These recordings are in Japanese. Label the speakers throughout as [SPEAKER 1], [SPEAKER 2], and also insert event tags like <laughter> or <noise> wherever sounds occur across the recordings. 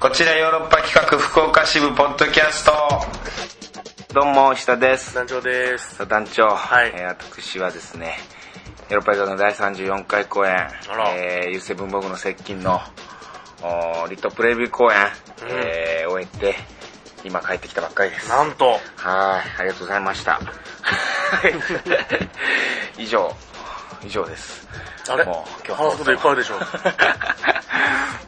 [SPEAKER 1] こちらヨーロッパ企画福岡支部ポッドキャスト。どうも、下です。
[SPEAKER 2] 団長です。
[SPEAKER 1] さあ団長、
[SPEAKER 2] はい
[SPEAKER 1] えー私はですね、ヨーロッパ映画の第34回公演
[SPEAKER 2] ら、
[SPEAKER 1] えー、ユーセブンボグの接近の、おーリトプレビュー公演、
[SPEAKER 2] うん
[SPEAKER 1] えー終えて、今帰ってきたばっかりです。
[SPEAKER 2] なんと、
[SPEAKER 1] はい、ありがとうございま
[SPEAKER 2] <laughs>
[SPEAKER 1] した。以上、以上です。
[SPEAKER 2] あれ
[SPEAKER 1] もう今日
[SPEAKER 2] 話すこといっぱいある
[SPEAKER 1] <laughs>
[SPEAKER 2] でしょ。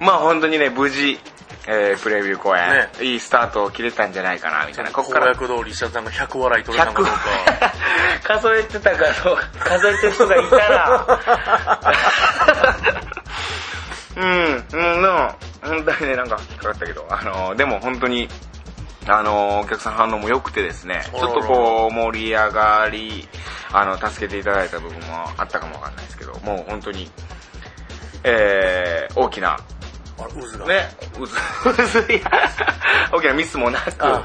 [SPEAKER 1] まあ本当にね、無事、えープレビュー公演、
[SPEAKER 2] ね
[SPEAKER 1] いいスタートを切れたんじゃないかな、みたいな。ここ
[SPEAKER 2] 公
[SPEAKER 1] から
[SPEAKER 2] 約通り、石田さんが100笑い取れたのかどうか。
[SPEAKER 1] 100 <laughs> 数えてたかどうか、数えてる人がいたら、 <laughs> うん、うん、でも、本当にね、なんか引っかかったけど、あのーでも本当に、あのーお客さん反応も良くてですね、ち
[SPEAKER 2] あ
[SPEAKER 1] ょ
[SPEAKER 2] ら
[SPEAKER 1] っ
[SPEAKER 2] ら
[SPEAKER 1] とこう、盛り上がり、あの、助けていただいた部分もあったかもわかんないですけど、もう本当に、えー、大きな
[SPEAKER 2] あれ、
[SPEAKER 1] <laughs>
[SPEAKER 2] 渦が。
[SPEAKER 1] ね、うず、うずいや、大きなミスもなく
[SPEAKER 2] あ、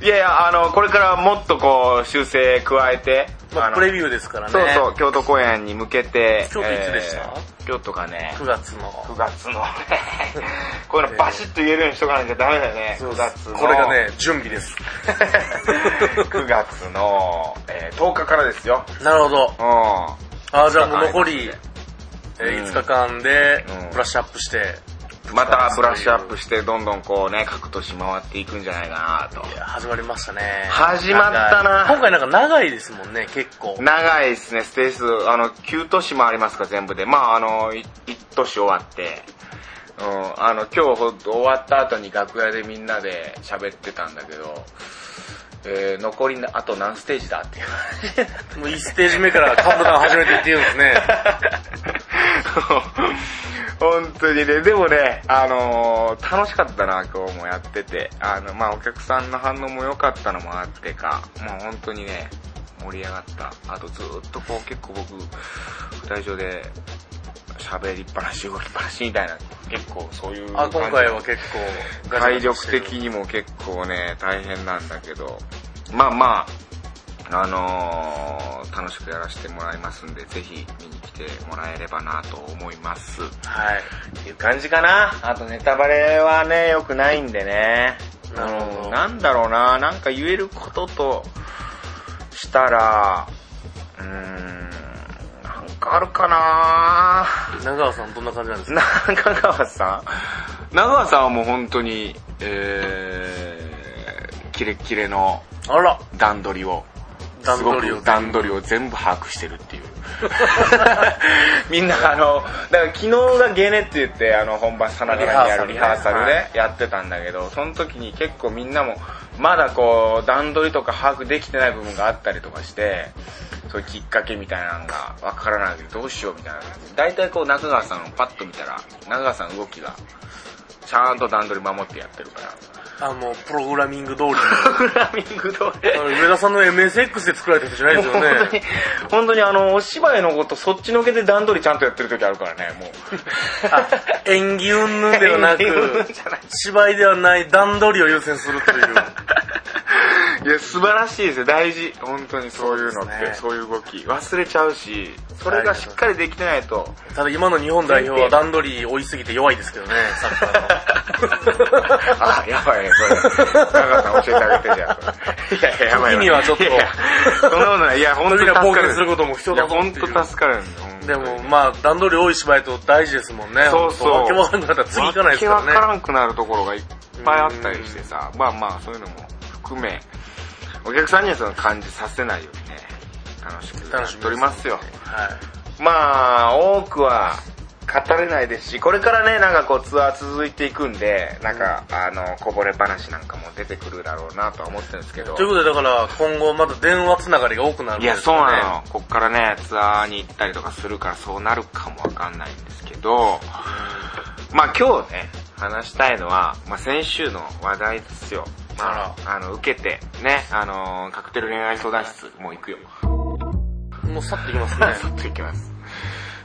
[SPEAKER 1] いやいや、あの、これからもっとこう、修正加えて、
[SPEAKER 2] まあ、
[SPEAKER 1] の
[SPEAKER 2] プレビューですからね。
[SPEAKER 1] そうそう、京都公演に向けて、
[SPEAKER 2] 京都いつでした
[SPEAKER 1] ー京都がね、
[SPEAKER 2] 9月の。
[SPEAKER 1] 9月のね、 <laughs> こういうのバシッと言えるようにしとかなきゃダメだよね、
[SPEAKER 2] そ
[SPEAKER 1] 9
[SPEAKER 2] うで
[SPEAKER 1] 月
[SPEAKER 2] す
[SPEAKER 1] の。
[SPEAKER 2] これが、
[SPEAKER 1] <laughs>
[SPEAKER 2] ね、準備です。
[SPEAKER 1] 9月の、えー10日からですよ。
[SPEAKER 2] なるほど
[SPEAKER 1] う。ん。
[SPEAKER 2] あーじゃあもう残り、え
[SPEAKER 1] うん
[SPEAKER 2] ー5日間で
[SPEAKER 1] うん、
[SPEAKER 2] ブラッシュアップして、
[SPEAKER 1] またブラッシュアップして、どんどんこうね、各年回っていくんじゃないかなと。
[SPEAKER 2] いや始まりましたね。
[SPEAKER 1] 始まったな
[SPEAKER 2] 長い今回なんか長いですもんね、結構。
[SPEAKER 1] 長いですね、ステージ数。あの、9都市もありますか、全部で。まああの、1都市終わって、うん、あの、今日終わった後に楽屋でみんなで喋ってたんだけど、えー、残りなあと何ステージだっていう話になって
[SPEAKER 2] もう1ステージ目からカウントダウン始めていって言うんですね。
[SPEAKER 1] <laughs> 本当にね、でもね、あのー楽しかったな、今日もやってて。あの、まあお客さんの反応も良かったのもあってか、もう本当にね、盛り上がった。あとずーっとこう結構僕、舞台上で喋りっぱなし、動きっぱなしみたいな、結構そう <laughs> いう
[SPEAKER 2] あ、
[SPEAKER 1] 感じ。
[SPEAKER 2] 今回は結構ガチ
[SPEAKER 1] 体
[SPEAKER 2] ャガチャし
[SPEAKER 1] 力
[SPEAKER 2] てる、
[SPEAKER 1] 的にも結構ね、大変なんだけど、まあまあ、あのー楽しくやらせてもらいますんで、ぜひ見に来てもらえればなと思います。っ
[SPEAKER 2] はい。
[SPEAKER 1] ていう感じかな。あとネタバレはね、良くないんでね。
[SPEAKER 2] なるほど
[SPEAKER 1] うんなんだろうな、なんか言えることとしたら、うーん、なんかあるかな
[SPEAKER 2] 長川さんどんな感じなんですか
[SPEAKER 1] <laughs> 長川さん長川さんはもう本当に、えー、キレッキレの
[SPEAKER 2] あら、
[SPEAKER 1] 段取りを、
[SPEAKER 2] 段取り
[SPEAKER 1] すご
[SPEAKER 2] を
[SPEAKER 1] く。段取りを全部把握してるっていう。 <laughs> みんなあの、だから昨日がゲネって言って、あの本番さながらにやるリ
[SPEAKER 2] リ
[SPEAKER 1] ハ
[SPEAKER 2] ハ
[SPEAKER 1] ー
[SPEAKER 2] ー
[SPEAKER 1] サ
[SPEAKER 2] サ
[SPEAKER 1] ル
[SPEAKER 2] ルね
[SPEAKER 1] でやってたんだけど、その時に結構みんなも、まだこう、段取りとか把握できてない部分があったりとかして、そういうきっかけみたいなのがわからないけど、どうしようみたいな感じで。大体こう中川さんをパッと見たら、中川さん動きが、ちゃんと段取り守ってやってる <laughs> から。
[SPEAKER 2] あ、もうプログラミング通りの。
[SPEAKER 1] プログラミング通り
[SPEAKER 2] あの <laughs> 上田さんの MSX で作られた人じゃないですよ
[SPEAKER 1] 本当に
[SPEAKER 2] ね。、
[SPEAKER 1] 本当にあの、お芝居のことそっちのけで段取りちゃんとやってる時あるからね、 <laughs> もう。
[SPEAKER 2] あ演技云々ではな
[SPEAKER 1] 演技云々
[SPEAKER 2] く
[SPEAKER 1] じゃない、
[SPEAKER 2] 芝居ではない段取りを優先すると
[SPEAKER 1] <laughs>
[SPEAKER 2] いう。
[SPEAKER 1] いや、素晴らしいですよ、大事。本当にそういうのって、
[SPEAKER 2] そ
[SPEAKER 1] そうう,、
[SPEAKER 2] ですね
[SPEAKER 1] いう動き。忘れちゃうし、それがしっかりできてないと。
[SPEAKER 2] ただ今の日本代表は段取り追いすぎて弱いですけどね、サッカーの。
[SPEAKER 1] <laughs> あ、やばいね、これ。中川さん教えてあげてじゃん、これ。 <laughs> いやいや、やばい。
[SPEAKER 2] 時にはちょっと
[SPEAKER 1] いやいやそんなことない。いや、本当に助
[SPEAKER 2] 扉
[SPEAKER 1] か
[SPEAKER 2] 冒
[SPEAKER 1] る。
[SPEAKER 2] 険することも人
[SPEAKER 1] いや、
[SPEAKER 2] だぞ
[SPEAKER 1] 本
[SPEAKER 2] っていう
[SPEAKER 1] 当助かるんだよ本当に
[SPEAKER 2] でもまあ段取り多い芝居と大事ですもんね。
[SPEAKER 1] そうそう
[SPEAKER 2] 本当わけわかんなかったら次行かないですから
[SPEAKER 1] わ
[SPEAKER 2] ね。
[SPEAKER 1] けわからんくなるところがいっぱいあったりしてさ、まあまあそういうのも含め、お客さんにはその感じさせないようにね、楽しくやっておりますよ。
[SPEAKER 2] はい。
[SPEAKER 1] まあ、多くは語れないですし、これからね、なんかこうツアー続いていくんで、なんか、あの、こぼれ話なんかも出てくるだろうなとは思ってるんですけど
[SPEAKER 2] とい。うことでだから今後まだ電話つながりが多くなるわ
[SPEAKER 1] い
[SPEAKER 2] けで
[SPEAKER 1] や、
[SPEAKER 2] す
[SPEAKER 1] そう
[SPEAKER 2] よね。
[SPEAKER 1] なの。こっからね、ツアーに行ったりとかするからそうなるかもわかんないんですけど、まあ今日ね、話したいのは、まあ先週の話題ですよ。まあ、あの、受けて、ね、あのーカクテル恋愛相談室、もう行くよ。
[SPEAKER 2] うん。もう去ってきま
[SPEAKER 1] <laughs>
[SPEAKER 2] す
[SPEAKER 1] さ
[SPEAKER 2] ね。
[SPEAKER 1] っと行きます。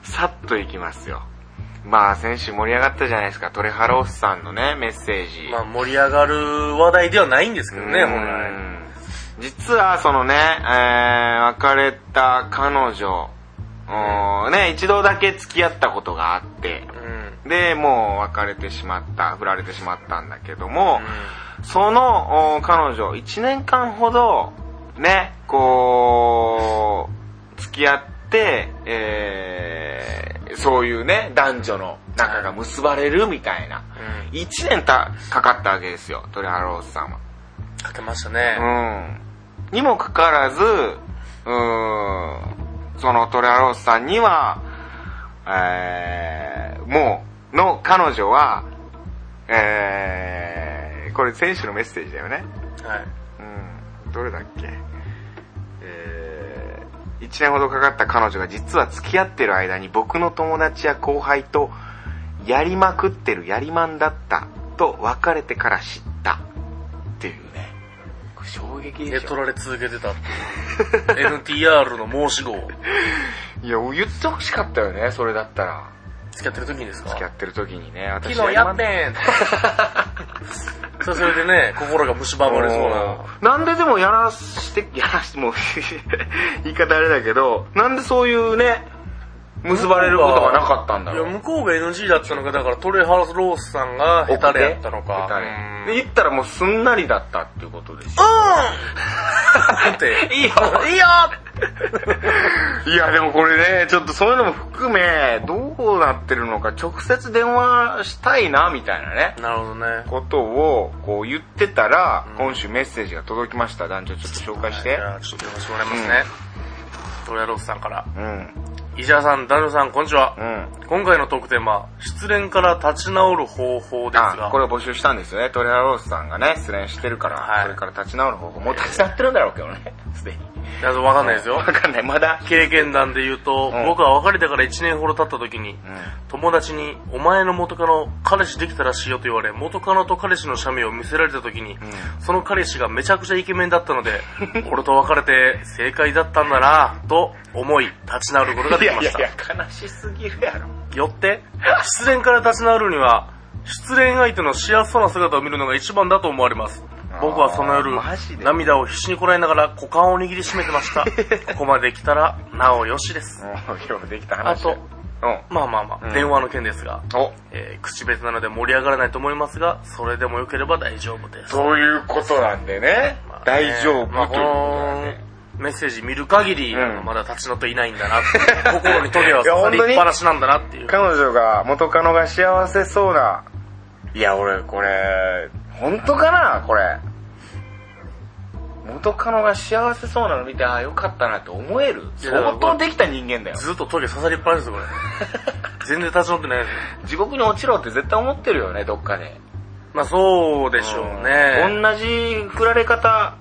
[SPEAKER 1] さっと行きますよ。まあ先週盛り上がったじゃないですか、トレハロースさんのね、メッセージ。
[SPEAKER 2] まあ盛り上がる話題ではないんですけどね、
[SPEAKER 1] うん
[SPEAKER 2] 本来。
[SPEAKER 1] 実はそのね、えー別れた彼女、うんね、一度だけ付き合ったことがあって、
[SPEAKER 2] うん。
[SPEAKER 1] で、もう別れてしまった、振られてしまったんだけども、そのお彼女、1年間ほど、ね、こう、付き合って、えーそういうね、男女の仲が結ばれるみたいな。
[SPEAKER 2] うん
[SPEAKER 1] 1年たかかったわけですよ、鳥原ローズさんは。
[SPEAKER 2] かけましたね。
[SPEAKER 1] うん。にもかかわらず、うーん、そのトレアロースさんには、えー、もう、の彼女は、えー、これ選手のメッセージだよね。
[SPEAKER 2] はい。
[SPEAKER 1] うん、どれだっけ。えー、1年ほどかかった彼女が実は付き合ってる間に僕の友達や後輩と、やりまくってるやりまんだったと別れてから知った。っていうね。これ衝撃
[SPEAKER 2] で、
[SPEAKER 1] でし
[SPEAKER 2] 取
[SPEAKER 1] ょ。
[SPEAKER 2] られ続けてた
[SPEAKER 1] <laughs>
[SPEAKER 2] っていう。NTR の申し子を
[SPEAKER 1] いや、言ってほしかったよね、それだったら。
[SPEAKER 2] 付き合ってる時にですか
[SPEAKER 1] 付き合ってる時にね、
[SPEAKER 2] 昨
[SPEAKER 1] 私
[SPEAKER 2] 日やっ
[SPEAKER 1] ん <laughs>
[SPEAKER 2] てんそれそれでね、心が蝕まれそうな。
[SPEAKER 1] なんででもやらして、 <laughs> やらして、もう言い方あれだけど、なんでそういうね、結ばれることがなかったんだろ
[SPEAKER 2] いうや、。向こうが NG だったのか、だからトレハラスロースさんが下手でやったのか。
[SPEAKER 1] 下手
[SPEAKER 2] うん
[SPEAKER 1] で。で、言ったらもうすんなりだったっていうことです。
[SPEAKER 2] <laughs> うんって。
[SPEAKER 1] いいよ
[SPEAKER 2] <laughs> いいよ
[SPEAKER 1] いや、でもこれね、ちょっとそういうのも含め、どうなってるのか、直接電話したいな、みたいなね。
[SPEAKER 2] なるほどね。
[SPEAKER 1] ことを、こう言ってたら、
[SPEAKER 2] うん
[SPEAKER 1] 今週メッセージが届きました。男女ちょっと紹介し
[SPEAKER 2] はい
[SPEAKER 1] て
[SPEAKER 2] じ。ゃあ、ちょっと読ませてもらいますね。トレハロースさんから。
[SPEAKER 1] うん。
[SPEAKER 2] 石原さん、ダルさん、こんにちは
[SPEAKER 1] う。ん。
[SPEAKER 2] 今回のトークテーマ、失恋から立ち直る方法です
[SPEAKER 1] あ
[SPEAKER 2] が、、
[SPEAKER 1] これを募集したんですよね。トレハロースさんがね、失恋してるから、
[SPEAKER 2] はい
[SPEAKER 1] それから立ち直る方法、もう立ち直ってるんだろうけどね、すでに。
[SPEAKER 2] いやわかんないです
[SPEAKER 1] <laughs>
[SPEAKER 2] よ
[SPEAKER 1] わ。かんない、まだ。
[SPEAKER 2] 経験談で言うと、
[SPEAKER 1] うん
[SPEAKER 2] 僕は別れてから1年ほど経った時に、
[SPEAKER 1] う
[SPEAKER 2] 友達に、お前の元カノ、彼氏できたらしいよと言われ、元カノと彼氏の写メを見せられた時に、
[SPEAKER 1] ん
[SPEAKER 2] その彼氏がめちゃくちゃイケメンだった
[SPEAKER 1] <laughs>
[SPEAKER 2] ので、俺と別れて正解だったんだなぁ、と思い、立ち直ることが
[SPEAKER 1] い
[SPEAKER 2] でき
[SPEAKER 1] や
[SPEAKER 2] ま
[SPEAKER 1] い
[SPEAKER 2] し
[SPEAKER 1] や
[SPEAKER 2] た。
[SPEAKER 1] いや、悲しすぎるやろ。
[SPEAKER 2] よって、失恋から立ち直るには、失恋相手の幸せそうな姿を見るのが一番だと思われます。僕はその夜
[SPEAKER 1] あーマジ、で
[SPEAKER 2] 涙を必死にこらえながら股間を握りしめてま
[SPEAKER 1] <laughs>
[SPEAKER 2] した。ここまで来たら、なおよしです。
[SPEAKER 1] もう今日できた話だよ
[SPEAKER 2] まあまあま
[SPEAKER 1] う
[SPEAKER 2] あ、
[SPEAKER 1] ん
[SPEAKER 2] 電話の件ですが、
[SPEAKER 1] うん。お、
[SPEAKER 2] えー口別なので盛り上がらないと思いますが、それでも良ければ大丈夫です。
[SPEAKER 1] そういうことなんでね。
[SPEAKER 2] まあね
[SPEAKER 1] 大丈夫という
[SPEAKER 2] まあ
[SPEAKER 1] こ
[SPEAKER 2] ことの
[SPEAKER 1] なんで。
[SPEAKER 2] メッセージ見る限り、
[SPEAKER 1] うん
[SPEAKER 2] あのまだ立ち直っていないんだなっていう、心に棘は刺
[SPEAKER 1] いや
[SPEAKER 2] さ
[SPEAKER 1] 本
[SPEAKER 2] り
[SPEAKER 1] 当
[SPEAKER 2] っ
[SPEAKER 1] に
[SPEAKER 2] ぱなしなんだなっていう。
[SPEAKER 1] 彼女が、元カノが幸せそうな。いや、俺、これ、本当かなこれ。元カノが幸せそうなの見て、ああ、よかったなって思える。
[SPEAKER 2] いやだから
[SPEAKER 1] 相当できた人間だよ。
[SPEAKER 2] ずっと棘刺さりっぱなしですよ、これ。全然立ち直ってないですよ。
[SPEAKER 1] 地獄に落ちろって絶対思ってるよね、どっかで。
[SPEAKER 2] まあそうでしょうね。
[SPEAKER 1] 同じ振られ方、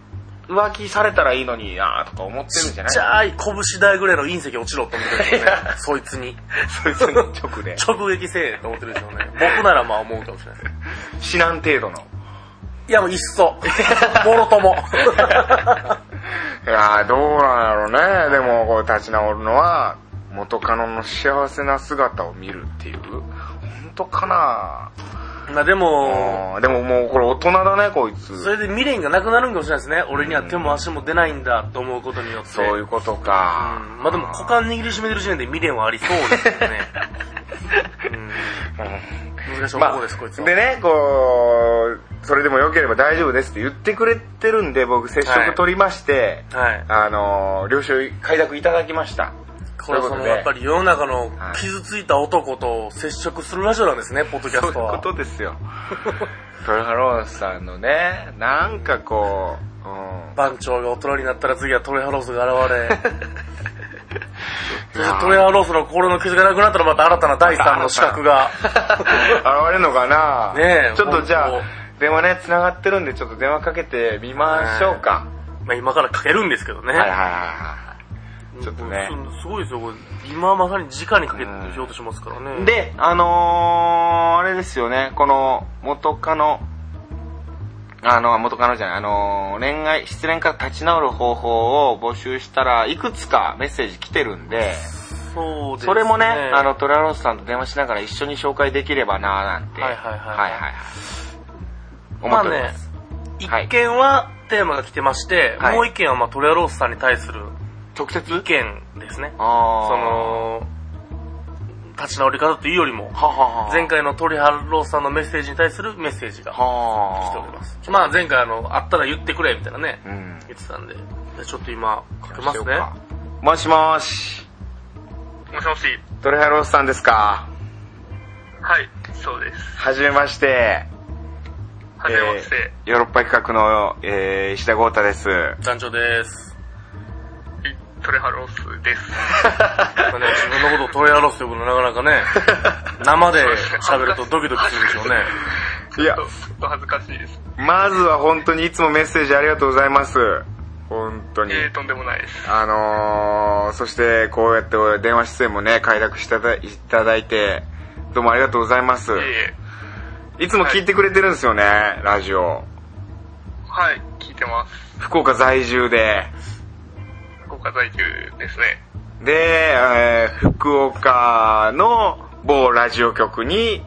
[SPEAKER 1] 浮気されたらいいのになとか思ってるんじゃ
[SPEAKER 2] ちっ
[SPEAKER 1] ない
[SPEAKER 2] ちゃい拳大ぐらいの隕石落ちろって思ってるでしょうね
[SPEAKER 1] いや。
[SPEAKER 2] そいつに。
[SPEAKER 1] <laughs> そいつに直で。
[SPEAKER 2] 直撃せえって思ってるでしょうね。僕ならまあ思うかもしれない。
[SPEAKER 1] 死なん程度の。
[SPEAKER 2] いやもうい
[SPEAKER 1] <laughs>
[SPEAKER 2] っそ。もろと
[SPEAKER 1] い
[SPEAKER 2] も。
[SPEAKER 1] やーどうなんやろうね。でも、こう立ち直るのは、元カノの幸せな姿を見るっていう。本当かな
[SPEAKER 2] まあでも、
[SPEAKER 1] うんでももうこれ大人だね、こいつ。
[SPEAKER 2] それで未練がなくなるんかもしれないですね。俺には手も足も出ないんだと思うことによって。
[SPEAKER 1] そういうことか。
[SPEAKER 2] うんまあでも股間握りしめてる時点で未練はありそうです
[SPEAKER 1] <laughs>
[SPEAKER 2] よね。うん、難しい男です、こいつは。
[SPEAKER 1] でね、こう、それでも良ければ大丈夫ですって言ってくれてるんで、僕接触取りまして、
[SPEAKER 2] はい。
[SPEAKER 1] あのー、了承、快諾いただきました。
[SPEAKER 2] これはそ
[SPEAKER 1] そういうこと
[SPEAKER 2] の
[SPEAKER 1] で
[SPEAKER 2] やっぱり世の中の
[SPEAKER 1] はい
[SPEAKER 2] 傷ついた男と接触するラジオなんですね、ポッドキャ
[SPEAKER 1] そうい
[SPEAKER 2] ス
[SPEAKER 1] う
[SPEAKER 2] トは。
[SPEAKER 1] ことです <laughs> よ。トルハロースさんのね、なんかこう、うん、
[SPEAKER 2] 番長が大人になったら次はトレハロースが現
[SPEAKER 1] <laughs>
[SPEAKER 2] れ。そしてトレハロースの心の傷がなくなったらまた新たな第三の資格が。
[SPEAKER 1] 現れるのかな
[SPEAKER 2] ねえ
[SPEAKER 1] ちょっとじゃ
[SPEAKER 2] 本
[SPEAKER 1] あ、電話ね、繋がってるんで、ちょっと電話かけてみましょうか。
[SPEAKER 2] まあ今からかけるんですけどね。
[SPEAKER 1] はいはいはちょっとね
[SPEAKER 2] うん。すすごいですよ、これ。今まさに直にかけてしようとしますから
[SPEAKER 1] いは
[SPEAKER 2] ね。
[SPEAKER 1] い。、で、あのー、あれですよね、この、元カノ、あの、元カノじゃない、あのー、恋愛、失恋から立ち直る方法を募集したらいくつかメッセージ来てるんで、
[SPEAKER 2] そうですね。
[SPEAKER 1] それもね、あの、トラロスさんと電話しながら一緒に紹介できればなぁなんて。
[SPEAKER 2] はいはい
[SPEAKER 1] は
[SPEAKER 2] はい
[SPEAKER 1] いはいはい。思
[SPEAKER 2] ま
[SPEAKER 1] っ
[SPEAKER 2] あ
[SPEAKER 1] ておりま
[SPEAKER 2] ね
[SPEAKER 1] す。、
[SPEAKER 2] 一
[SPEAKER 1] はい
[SPEAKER 2] 件はテーマが来てまして、
[SPEAKER 1] はい
[SPEAKER 2] もう一件はまあトレアロースさんに対する
[SPEAKER 1] 直接
[SPEAKER 2] 意見ですね。
[SPEAKER 1] あ
[SPEAKER 2] そ
[SPEAKER 1] ー
[SPEAKER 2] の、立ち直り方というよりも、
[SPEAKER 1] ははは
[SPEAKER 2] 前回の鳥ハロースさんのメッセージに対するメッセージが
[SPEAKER 1] は
[SPEAKER 2] 来ております。まあ前回あの、あったら言ってくれ、みたいなね、
[SPEAKER 1] うん。
[SPEAKER 2] 言ってたんで。でちょっと今、かけますね。
[SPEAKER 1] もしもーし。
[SPEAKER 3] もしもし。
[SPEAKER 1] トレハロースさんですか
[SPEAKER 3] はい、そうです。
[SPEAKER 1] はじめまして。
[SPEAKER 3] はじめまして。
[SPEAKER 1] えーヨーロッパ企画の、えー、石田豪太です。
[SPEAKER 2] 団長です。
[SPEAKER 3] いトレハロースです。
[SPEAKER 2] やっぱね、自分のことを鳥ハロースと呼ぶのなかなかね、生で喋るとドキドキするでしょうね。
[SPEAKER 1] いや
[SPEAKER 3] ちょ、っとちょっと恥ずかしいです。
[SPEAKER 1] まずは本当にいつもメッセージありがとうございます。本当に。
[SPEAKER 3] えー、とんでもないです。
[SPEAKER 1] あのー、そしてこうやって電話出演もね、快諾していただいただいて、どうもありがとうございます。
[SPEAKER 3] いえいえ。
[SPEAKER 1] いつも聞いてくれてるんですよね、ラジオ。
[SPEAKER 3] はい、聞いてます。
[SPEAKER 1] 福岡在住で。
[SPEAKER 3] 福岡在住ですね。
[SPEAKER 1] で、えー福岡の某ラジオ局に、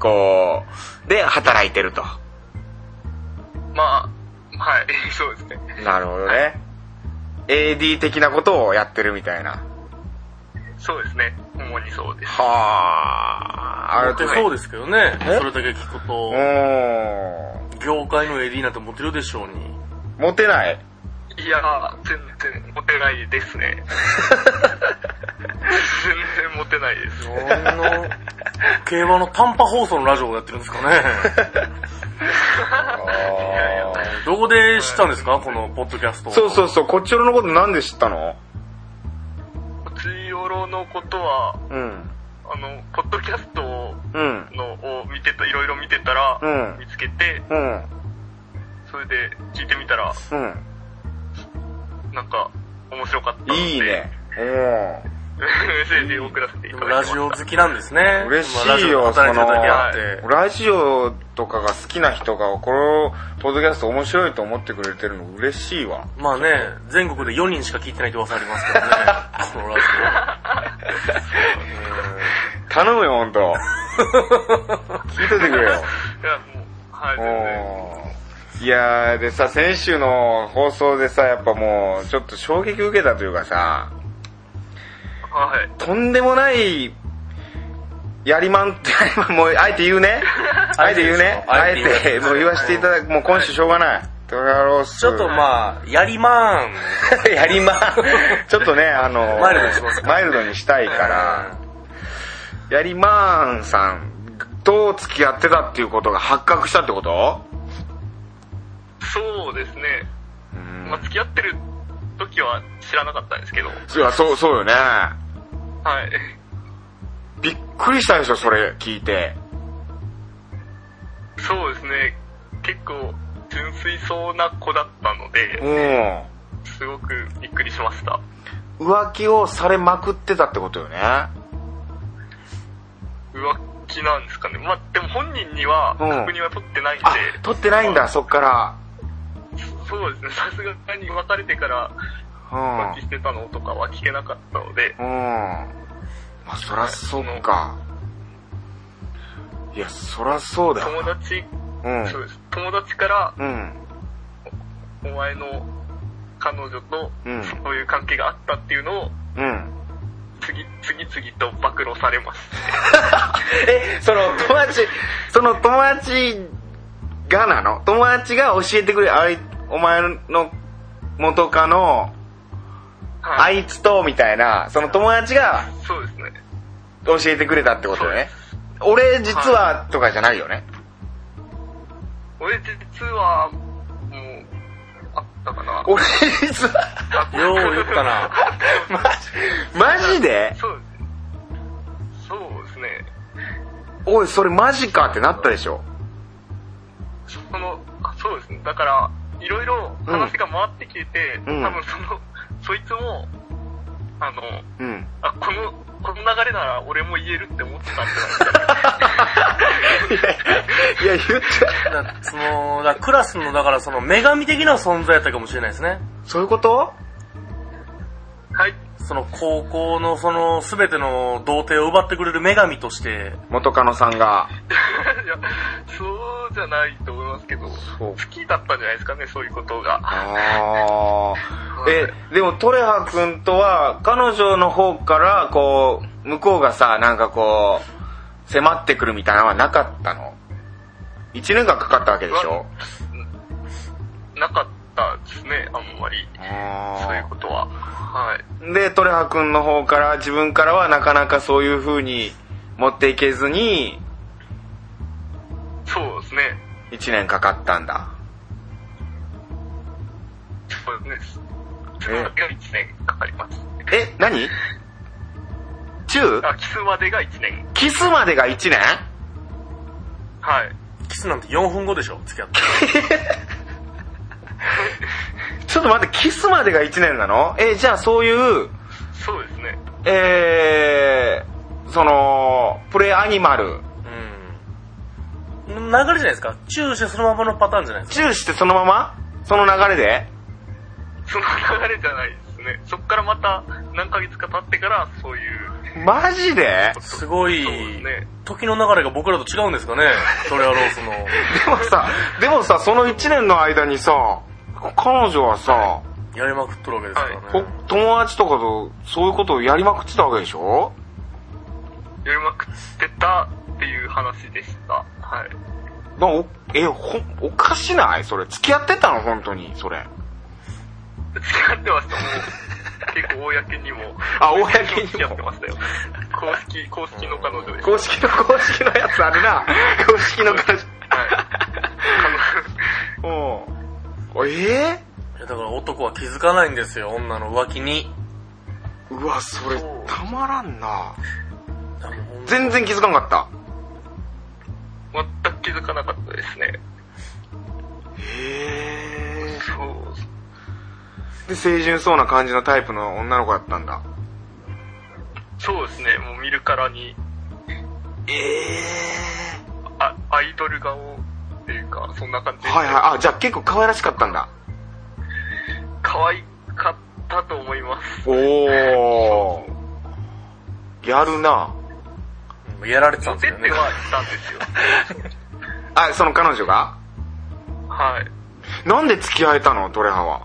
[SPEAKER 1] こう、で働いてると。
[SPEAKER 3] まあ、はい、 <laughs> そうですね。
[SPEAKER 1] なるほどね。AD 的なことをやってるみたいな。
[SPEAKER 3] そうですね。主にそうです。
[SPEAKER 1] はあ、あ
[SPEAKER 2] モ
[SPEAKER 1] る
[SPEAKER 2] テ
[SPEAKER 1] と
[SPEAKER 2] そう
[SPEAKER 1] ね。
[SPEAKER 2] ですけどね。
[SPEAKER 1] え
[SPEAKER 2] それだけ聞くと
[SPEAKER 1] う、ーん。
[SPEAKER 2] 業界の AD なんてモテるでしょうに。
[SPEAKER 1] モテない。
[SPEAKER 3] いやー、全然モテないですね。
[SPEAKER 1] <laughs>
[SPEAKER 3] 全然モテないです。
[SPEAKER 2] あの、競馬の短波放送のラジオをやってるんですかね。どこで知ったんですかこのポッドキャスト。
[SPEAKER 1] そうそうそう、こっちのことなんで知ったの
[SPEAKER 3] 内容ろのことは、
[SPEAKER 1] うん。
[SPEAKER 3] あの、ポッドキャストを
[SPEAKER 1] うん。
[SPEAKER 3] のを見てた、いろいろ見てたら、
[SPEAKER 1] うん
[SPEAKER 3] 見つけて、
[SPEAKER 1] うん。
[SPEAKER 3] それで聞いてみたら、
[SPEAKER 1] うん。
[SPEAKER 3] なんか、面白かったので。
[SPEAKER 1] いい
[SPEAKER 3] <laughs>
[SPEAKER 1] ね。う
[SPEAKER 3] メッセージを送らせてい
[SPEAKER 2] で
[SPEAKER 3] た
[SPEAKER 2] も
[SPEAKER 3] だ
[SPEAKER 2] ラ
[SPEAKER 3] いて
[SPEAKER 2] ジ
[SPEAKER 3] ま
[SPEAKER 2] オ
[SPEAKER 3] す。
[SPEAKER 2] 好きなんですね。
[SPEAKER 1] ん。嬉しい
[SPEAKER 2] ま
[SPEAKER 1] よ、
[SPEAKER 2] あ
[SPEAKER 1] そ
[SPEAKER 2] ラジオ
[SPEAKER 1] の
[SPEAKER 2] の働いてるだけあって。、
[SPEAKER 1] ラジオとかが好きな人が、このポッドキャスト面白いと思ってくれてるの嬉しいわ。
[SPEAKER 2] まあね、全国で4人しか聞いてないって噂ありますけどね。このラ
[SPEAKER 1] 頼むよ、ほん <laughs> と。聞いといてくれよ。
[SPEAKER 3] いや、もう、はい、全然。
[SPEAKER 1] いやー、でさ、先週の放送でさ、やっぱもう、ちょっと衝撃受けたというかさ、
[SPEAKER 3] はい。
[SPEAKER 1] とんでもない、やりまんって、もう、あえて言う
[SPEAKER 2] <laughs>
[SPEAKER 1] ね。あえて言うね。あ
[SPEAKER 2] あ
[SPEAKER 1] え
[SPEAKER 2] えて言
[SPEAKER 1] て、
[SPEAKER 2] う
[SPEAKER 1] もう言わせていただく、もう今週しょうがない。トラロース。
[SPEAKER 2] ジオ。ちょっとまあ、やりまーん。
[SPEAKER 1] あ、やりま
[SPEAKER 2] <laughs>
[SPEAKER 1] ん。ちょっとね、あの、
[SPEAKER 2] マイルドにしますか
[SPEAKER 1] マイルドにしたいから、やりまーんさんと付き合ってたっていうことが発覚したってこと
[SPEAKER 3] そうですね。
[SPEAKER 1] うん
[SPEAKER 3] まあ、付き合ってる時は知らなかったんですけど、はい。
[SPEAKER 1] いやそう、そうよね。びっくりしたでしょ、それ聞いて。
[SPEAKER 3] そうですね。結構、純粋そうな子だったので、
[SPEAKER 1] うん。
[SPEAKER 3] すごくびっくりしました。
[SPEAKER 1] 浮気をされまくってたってことよね。
[SPEAKER 3] 浮気なんですかね。まあ、でも本人には
[SPEAKER 1] うん
[SPEAKER 3] 確認は取ってないんで
[SPEAKER 1] あ、、取ってないんだ、
[SPEAKER 3] ま
[SPEAKER 1] そっから。
[SPEAKER 3] あそうですね。さすがに別れてから浮気してたのとかは聞けなかったので、
[SPEAKER 1] うん。うん。まあ、そらそうか。いや、そらそうだよ
[SPEAKER 3] 友達、
[SPEAKER 1] うん。
[SPEAKER 3] そうです。友達から、
[SPEAKER 1] うん。
[SPEAKER 3] お前の彼女と
[SPEAKER 1] うん
[SPEAKER 3] そういう関係があったっていうのを
[SPEAKER 1] うん。
[SPEAKER 3] 次、次々と暴露されます。
[SPEAKER 1] <laughs> え、その友達、その友達がなの友達が教えてくれ、あい、お前の元カノ、あ
[SPEAKER 3] はい。
[SPEAKER 1] いつと、みたいな、その友達が
[SPEAKER 3] そうですね。
[SPEAKER 1] 教えてくれたってことね。俺実はとかじゃないよね。
[SPEAKER 3] 俺実は、もう、あったかな。
[SPEAKER 1] 俺実は、
[SPEAKER 2] よう言ったな。
[SPEAKER 1] マジマジで
[SPEAKER 3] <laughs> そうですね。そうですね。
[SPEAKER 1] おい、それマジかってなったでしょ。
[SPEAKER 3] その、あそうですね。だから、いろいろ話が回ってきてて、
[SPEAKER 1] うん
[SPEAKER 3] 多分その、そいつも、あの、
[SPEAKER 1] うん。
[SPEAKER 3] あ、この、この流れなら俺も言えるって思ってたんじゃないですか。
[SPEAKER 1] <laughs> いや、言っちゃ
[SPEAKER 2] だ <laughs> からその、だからクラスの、だからその、女神的な存在やったかもしれないですね。
[SPEAKER 1] そういうこと
[SPEAKER 3] はい。
[SPEAKER 2] その高校のその全ての童貞を奪ってくれる女神として、
[SPEAKER 1] 元カノさんが。
[SPEAKER 3] いや、そうじゃないと思いますけど、
[SPEAKER 1] そう
[SPEAKER 3] 好きだったんじゃないですかね、そういうことが。
[SPEAKER 1] ああ。え、でもトレハ君とは、彼女の方から、こう、向こうがさ、なんかこう、迫ってくるみたいなのはなかったの一年間かかったわけでしょ
[SPEAKER 3] なかったですね、あんまり。そういう
[SPEAKER 1] あ
[SPEAKER 3] ことは。はい。
[SPEAKER 1] ーで、トレハ君の方から、自分からはなかなかそういう風に持っていけずに、
[SPEAKER 3] そうですね。
[SPEAKER 1] 一年かかったんだ。
[SPEAKER 3] そうですね。キス
[SPEAKER 1] え
[SPEAKER 3] までが1年かかります。
[SPEAKER 1] え、何中
[SPEAKER 3] あ、キスまでが1年。
[SPEAKER 1] キスまでが一年
[SPEAKER 3] はい。
[SPEAKER 2] キスなんて4分後でしょ、付き合って。
[SPEAKER 1] ちょっと待って、キスまでが1年なのえ、じゃあそういう、
[SPEAKER 3] そうですね。
[SPEAKER 1] えー、その、プレイアニマル、
[SPEAKER 2] うん。流れじゃないですか。チューしてそのままのパターンじゃないです
[SPEAKER 1] チューしてそのままその流れで
[SPEAKER 3] その流れじゃないですね。そっからまた何ヶ月か経ってから、そういう。
[SPEAKER 1] マジで
[SPEAKER 2] か。すごい、
[SPEAKER 3] そうですね
[SPEAKER 2] 時の流れが僕らと違うんですかね、トレアロース
[SPEAKER 3] <laughs>
[SPEAKER 2] の。
[SPEAKER 1] でもさ、でもさ、その1年の間にさ、彼女はさ、
[SPEAKER 2] やりまくっとるわけですからね。
[SPEAKER 1] お友達とかとそういうことをやりまくってたわけでしょ
[SPEAKER 3] やりまくってたっていう話でした。はい。
[SPEAKER 1] なおえ、ほ、おかしないそれ。付き合ってたの本当に、それ。
[SPEAKER 3] 付き合ってました、もう。結構公にも。
[SPEAKER 1] <laughs> あ公にも
[SPEAKER 3] 付き合ってましたよ。公式、公式の彼女でした。
[SPEAKER 1] 公式の、公式のやつある <laughs> な。公式の彼女。
[SPEAKER 3] はい。
[SPEAKER 1] うん。え
[SPEAKER 2] いやだから男は気づかないんですよ、女の浮気に。
[SPEAKER 1] ー、うわ、それ、たまらんな。
[SPEAKER 2] だからもう
[SPEAKER 1] 全然気づかんかった。
[SPEAKER 3] 彼女全く気づかなかったですね。
[SPEAKER 1] へ
[SPEAKER 3] そう。
[SPEAKER 1] ー。で、清純そうな感じのタイプの女の子だったんだ。
[SPEAKER 3] そうですね、もう見るからに、
[SPEAKER 1] えー。
[SPEAKER 3] あアイドル顔っていうか、そんな感じで、
[SPEAKER 1] はいはい。あ、じゃあ結構可愛らしかったんだ。
[SPEAKER 3] 可愛かったと思います。
[SPEAKER 1] おー。やるな。
[SPEAKER 2] うんやられてたん
[SPEAKER 3] モ
[SPEAKER 2] です
[SPEAKER 3] テ
[SPEAKER 2] よね
[SPEAKER 3] て。はしたんですよ。
[SPEAKER 1] あ、その彼女が
[SPEAKER 3] はい。
[SPEAKER 1] なんで付き合えたのトレハは。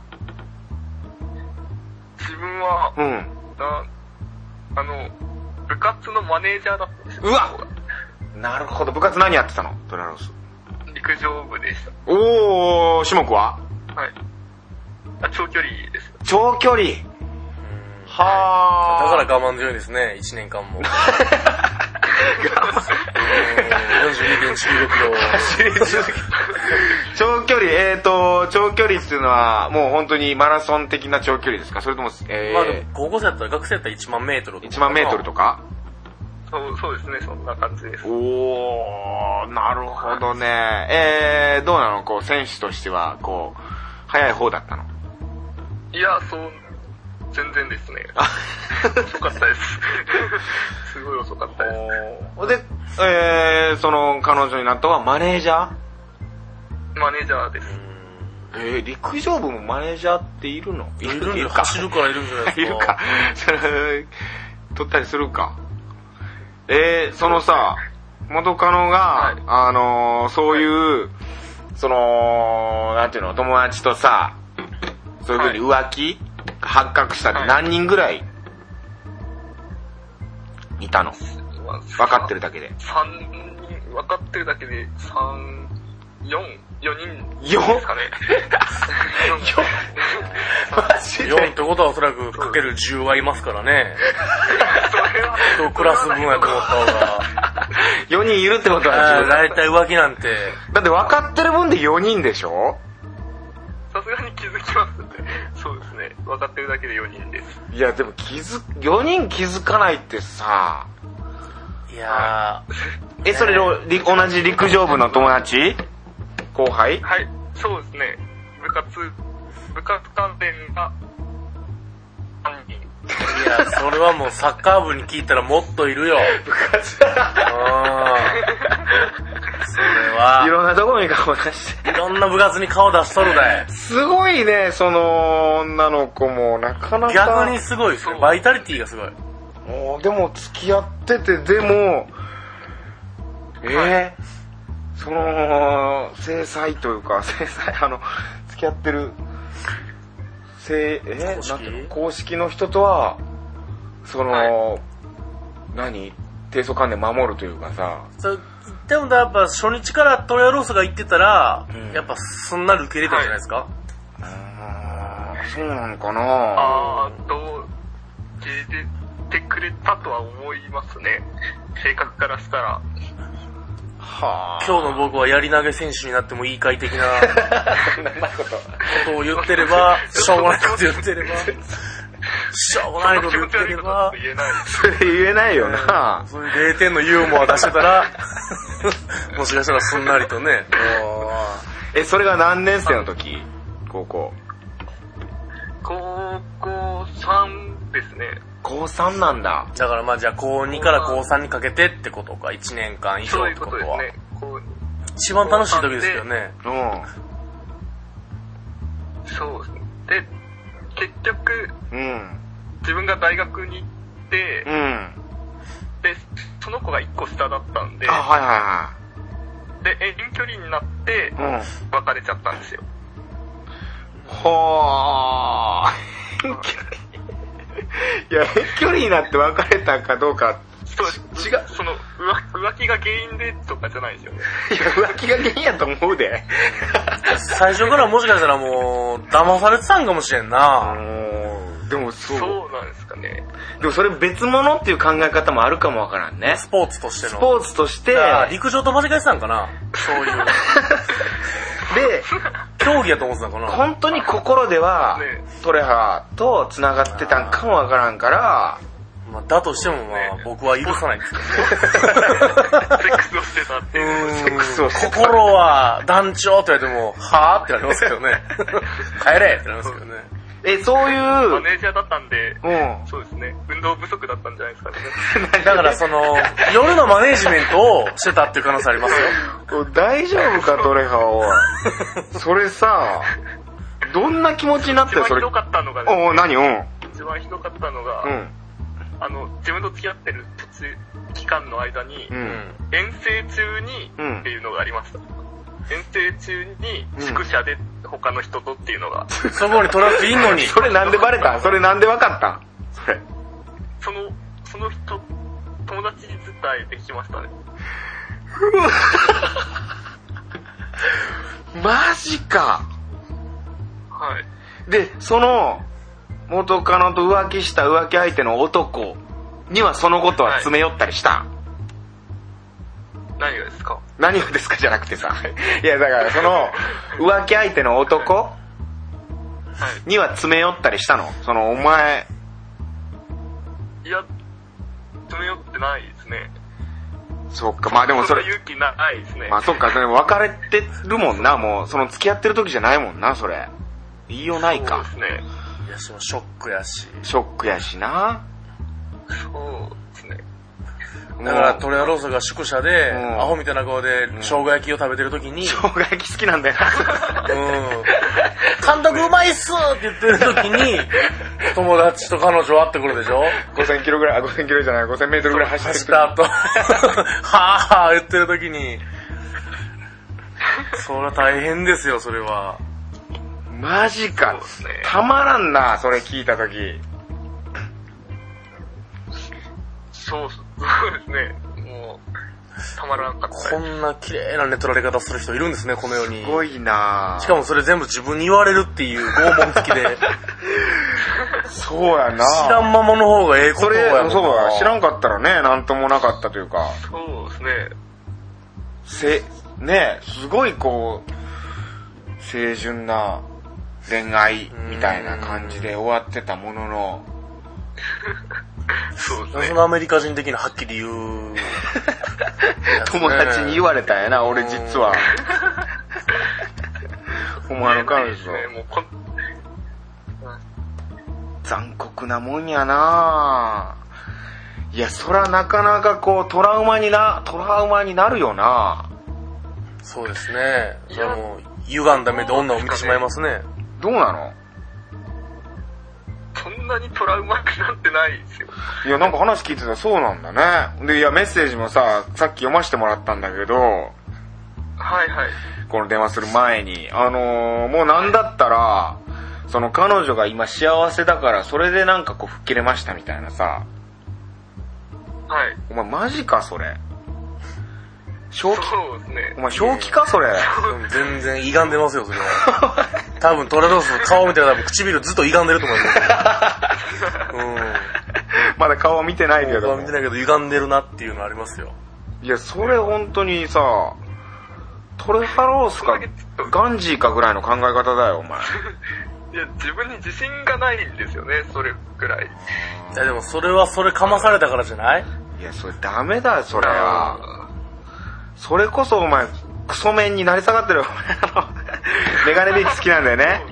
[SPEAKER 3] 自分は、
[SPEAKER 1] うん。
[SPEAKER 3] なあの、部活のマネージャーだったんですよ。
[SPEAKER 1] うわなるほど。部活何やってたのトレハロース。
[SPEAKER 3] 陸上部でした。
[SPEAKER 1] おー、種目は
[SPEAKER 3] はい。あ、長距離です。
[SPEAKER 1] 長距離。
[SPEAKER 2] うんだ
[SPEAKER 1] はー。
[SPEAKER 2] から我慢強いですね、1年間 <laughs> も。42.95キロ。
[SPEAKER 1] 長距離、えーと、長距離っていうのは、もう本当にマラソン的な長距離ですかそれとも、えー
[SPEAKER 2] まあでも、高校生だったら学生だったら1万メートルとか。
[SPEAKER 1] 1万メートルとか
[SPEAKER 3] そうそうですね、そんな感じです。
[SPEAKER 1] おー、なるほどね。えー、どうなのこう、選手としては、こう、早い方だ <laughs> ったの。
[SPEAKER 3] いや、そう、全然ですね。遅かったです。 <laughs> すごい遅かったです。
[SPEAKER 1] で、えー、その、彼女になったのはマネージャー
[SPEAKER 3] マネージャーです。
[SPEAKER 1] えー、陸上部もマネージャーっているのい
[SPEAKER 2] いるん
[SPEAKER 1] い
[SPEAKER 2] で
[SPEAKER 1] るか。
[SPEAKER 2] 走るからいるんじゃ
[SPEAKER 1] <laughs>
[SPEAKER 2] な
[SPEAKER 1] い
[SPEAKER 2] いです
[SPEAKER 1] る
[SPEAKER 2] か。
[SPEAKER 1] か。それ、取ったりするか。えー、そのさ、元カノが、
[SPEAKER 3] はい
[SPEAKER 1] あのーそういう、その、なんていうの、友達とさ、そういうふうに浮気、発覚したって何人ぐらい、いたの分かってるだけで。
[SPEAKER 3] 三人、分かってるだけで、三、四、四人
[SPEAKER 1] よ
[SPEAKER 3] で
[SPEAKER 2] <laughs>
[SPEAKER 3] すかね。
[SPEAKER 1] マジで
[SPEAKER 2] 4ってことはおそらくかける10はいますからね。とクラス分やと思った方が。
[SPEAKER 1] ?4 人いるってことは
[SPEAKER 2] あー
[SPEAKER 1] 自分
[SPEAKER 2] 大体浮気なんて。
[SPEAKER 1] だって分かってる分で4人でしょ
[SPEAKER 3] さすがに気づきますね。そうですね。分かってるだけで四人です。
[SPEAKER 1] いやでも気づ、4人気づかないってさ、
[SPEAKER 2] いや
[SPEAKER 1] え、それ、ろり同じ陸上部の友達後輩
[SPEAKER 3] はい。そうですね。部活、部活関連が、三人。
[SPEAKER 2] ー、いや、それはもう
[SPEAKER 1] <laughs>
[SPEAKER 2] サッカー部に聞いたらもっといるよ。
[SPEAKER 1] 部活
[SPEAKER 2] あーそれは。
[SPEAKER 1] いろんなところに顔出して
[SPEAKER 2] い。ろんな部活に顔出しとるね。
[SPEAKER 1] すごいね、その女の子も、なかなか。
[SPEAKER 2] 逆にすごいですね
[SPEAKER 3] そう。
[SPEAKER 2] バイタリティがすごい。
[SPEAKER 1] もうでも付き合っててでもえー、その制裁というか <laughs> 制裁あの付き合ってるせえ
[SPEAKER 2] 公式
[SPEAKER 1] なんていうの公式の人とはその、
[SPEAKER 3] は
[SPEAKER 1] 何低層観念守るというかさ
[SPEAKER 2] そうでもやっぱ初日からトレアロースが行ってたら、
[SPEAKER 1] うん
[SPEAKER 2] やっぱすんなり受け入れたんじゃないですか、
[SPEAKER 1] うーんそうなのかな
[SPEAKER 3] あーどう受け入れてくれたとは思いますね性格からしたら
[SPEAKER 1] はあ
[SPEAKER 2] 今日の僕はやり投げ選手になってもいいかい <laughs> 的な
[SPEAKER 1] そんなこと
[SPEAKER 2] ことを言ってれば、 <laughs> しょうもないこと言ってれば、しょうもないこと
[SPEAKER 3] 気
[SPEAKER 2] 言
[SPEAKER 3] 持
[SPEAKER 2] っ
[SPEAKER 3] ち
[SPEAKER 2] て
[SPEAKER 3] 悪い
[SPEAKER 2] れ
[SPEAKER 3] ことは
[SPEAKER 2] ば、
[SPEAKER 3] 言えない
[SPEAKER 1] それ言えないよな、
[SPEAKER 2] そういう0点のユーモア出してたら、 <laughs> もしかしたらすんなりとね、
[SPEAKER 1] えそれが何年生の時高校
[SPEAKER 3] 高校3ですね
[SPEAKER 1] 高3なんだ
[SPEAKER 2] だからまあじゃあ高2から高3にかけてってことか、1年間以上
[SPEAKER 3] そう
[SPEAKER 2] っ
[SPEAKER 3] いう
[SPEAKER 2] て
[SPEAKER 3] こ
[SPEAKER 2] こと
[SPEAKER 3] とです
[SPEAKER 2] は。
[SPEAKER 3] ねこ
[SPEAKER 2] 一番楽しい時ですよね。
[SPEAKER 1] うん
[SPEAKER 3] うそうですねで結局
[SPEAKER 1] うん。
[SPEAKER 3] 自分が大学に行って、
[SPEAKER 1] うん。
[SPEAKER 3] でその子が1個下だったんで
[SPEAKER 1] あ、は
[SPEAKER 3] で遠距離になって
[SPEAKER 1] いはいはい。うん。
[SPEAKER 3] 別れちゃったんですよ
[SPEAKER 1] ほー。いや、遠距離になって別れたかどうか。
[SPEAKER 3] そう
[SPEAKER 1] 違う
[SPEAKER 3] その浮浮気が原因でとかじゃないですよね
[SPEAKER 1] いや、浮気が原因やと思うで。
[SPEAKER 2] 最初からもしかしたらもう、騙されてたんかもしれん
[SPEAKER 1] あ
[SPEAKER 2] な。
[SPEAKER 1] のー、でもそう。
[SPEAKER 3] そうなんですかね
[SPEAKER 1] でもそれ別物っていう考え方もあるかもわからんね。
[SPEAKER 2] スポーツとしての。
[SPEAKER 1] スポーツとして、
[SPEAKER 2] だから陸上と間違えてたんかなそう
[SPEAKER 1] <laughs>
[SPEAKER 2] いう。
[SPEAKER 1] で、
[SPEAKER 2] 競技やと思ってたんかな
[SPEAKER 1] 本当に心では
[SPEAKER 3] ね、
[SPEAKER 1] トレハと繋がってたんかもわからんから、
[SPEAKER 2] まあ、だとしてもまあ、僕は許さないですけどね。
[SPEAKER 3] セックスをしてたっていう
[SPEAKER 1] セックスをしてた
[SPEAKER 2] 心は団長って言われても、はぁってなりますけ
[SPEAKER 1] <laughs>
[SPEAKER 2] どね。帰れってなりますけどね。
[SPEAKER 1] え、そういう
[SPEAKER 3] マ、ネージャーだったんで
[SPEAKER 1] うん。
[SPEAKER 3] そうですね運動不足だったんじゃないですかね
[SPEAKER 2] だからその、夜のマネージメントをしてたっていう可能性ありますよ。
[SPEAKER 1] お大丈夫か、トレハおい。それさ、どんな気持ちになっ
[SPEAKER 3] 一
[SPEAKER 1] たよ、
[SPEAKER 3] 番
[SPEAKER 1] そ
[SPEAKER 3] ひ
[SPEAKER 1] れ。
[SPEAKER 3] どかったのがね
[SPEAKER 1] おお、何うん。うん。
[SPEAKER 3] 一番ひどかったのが、あの自分と付き合ってる途中期間の間に、
[SPEAKER 1] うん。
[SPEAKER 3] 遠征中に
[SPEAKER 1] うん
[SPEAKER 3] っていうのがありました、遠征中に宿舎で他の人とっていうのが、
[SPEAKER 2] うん。そこにトラックいんのに。
[SPEAKER 1] それなんでバレたそれなんでわかったそれ。
[SPEAKER 3] そのその人友達伝えてきましたね
[SPEAKER 1] マジか。
[SPEAKER 3] はい
[SPEAKER 1] で、その、元カノと浮気した浮気相手の男にはそのことは詰め寄ったりした。
[SPEAKER 3] 何がですか
[SPEAKER 1] 何がですかじゃなくてさ。いや、だからその、浮気相手の男
[SPEAKER 3] は
[SPEAKER 1] には詰め寄ったりしたのその、お前、
[SPEAKER 3] いいや詰め寄ってないですね
[SPEAKER 1] そっか、まあでもそ
[SPEAKER 3] そ
[SPEAKER 1] れ
[SPEAKER 3] れ、勇気ないですね、
[SPEAKER 1] まあそっか、でも別れてるもんな、もう、その付き合ってる時じゃないもんな、それ。言いようないか。
[SPEAKER 3] そうですね
[SPEAKER 2] いや、そのショックやし。
[SPEAKER 1] ショックやしな。
[SPEAKER 3] そうですね
[SPEAKER 1] もう
[SPEAKER 2] だから、トレアローソが宿舎で、
[SPEAKER 1] うん
[SPEAKER 2] アホみたいな顔で、生姜焼きを食べてる時に、
[SPEAKER 1] 生姜焼き好きなんだよ <laughs> な。
[SPEAKER 2] うん。監督うまいっすって言ってる時
[SPEAKER 1] <laughs>
[SPEAKER 2] に、友達と彼女はってくるでしょ
[SPEAKER 1] 5000キロぐらい、あ、5000キロじゃない、5000メートルぐらい走って
[SPEAKER 2] 走っ
[SPEAKER 1] くる。 <laughs>
[SPEAKER 2] た後、はぁはぁ言ってる時に、それは大変ですよ、それは。
[SPEAKER 1] マジか
[SPEAKER 3] そうですね。
[SPEAKER 1] たまらんな、それ聞いた時。
[SPEAKER 3] そうっすそうですねもうたまらなかった
[SPEAKER 2] こんな綺麗な寝取られ方する人いるんですね、この世に
[SPEAKER 1] す。ごいな
[SPEAKER 2] しかもそれ全部自分に言われるっていう拷問付
[SPEAKER 1] <laughs>
[SPEAKER 2] きで、
[SPEAKER 1] そうやな
[SPEAKER 2] 知らんままの方がええこ
[SPEAKER 1] そ
[SPEAKER 2] と
[SPEAKER 1] れ
[SPEAKER 2] やもん、な
[SPEAKER 1] そうや、知らんかったらね、なんともなかったというか。
[SPEAKER 3] そうですね
[SPEAKER 1] せ、ねすごいこう、清純な恋愛みたいな感じで終わってたものの、
[SPEAKER 3] そうですね
[SPEAKER 2] そのアメリカ人的なはっきり
[SPEAKER 1] <laughs>
[SPEAKER 2] 言う。
[SPEAKER 1] 友達に言われたんやな、俺実は。 <laughs> お前の彼
[SPEAKER 3] ですね
[SPEAKER 1] 女、
[SPEAKER 3] もうこん
[SPEAKER 1] 残酷なもんやないや、そらなかなかこう、トラウマにな、トラウマになるよな
[SPEAKER 2] そうですね。それはもう、歪んだ目で女を見てしまいま
[SPEAKER 1] <laughs>
[SPEAKER 2] すね。
[SPEAKER 1] どうなの
[SPEAKER 3] そんなにトラウマになってないですよ。
[SPEAKER 1] いや、なんか話聞いてたらそうなんだね。で、いや、メッセージもさ、さっき読ませてもらったんだけど、
[SPEAKER 3] はいはい。
[SPEAKER 1] この電話する前に、あのーもうなんだったら、その彼女が今幸せだから、それでなんかこう吹っ切れましたみたいなさ、
[SPEAKER 3] はい。
[SPEAKER 1] お前マジかそれ。正
[SPEAKER 2] <laughs>
[SPEAKER 1] 気、
[SPEAKER 3] そうですね
[SPEAKER 1] お。前正気かそれ。 <laughs>
[SPEAKER 2] うん全然歪んでますよ、それは。多分トレロスの顔見てら多分唇ずっと歪んでると思い
[SPEAKER 1] <laughs>
[SPEAKER 2] ますよ。
[SPEAKER 1] まだ顔は見てないけ
[SPEAKER 2] うん。
[SPEAKER 1] ど
[SPEAKER 2] 顔
[SPEAKER 1] も
[SPEAKER 2] 見てないけど歪んでるなっていうのありますよ。
[SPEAKER 1] いや、それ本当にさ、トレハロースか、ガンジーかぐらいの考え方だよ、お前。
[SPEAKER 3] いや、自分に自信がないんですよね、それくらい。
[SPEAKER 2] いやでもそれはそれかまされたからじゃない
[SPEAKER 1] いや、それダメだよ、それは。それこそお前、クソメンになり下がってるよ、お前あのメガネビーキ好きなんだよ
[SPEAKER 3] そ
[SPEAKER 1] ね。
[SPEAKER 3] うですね。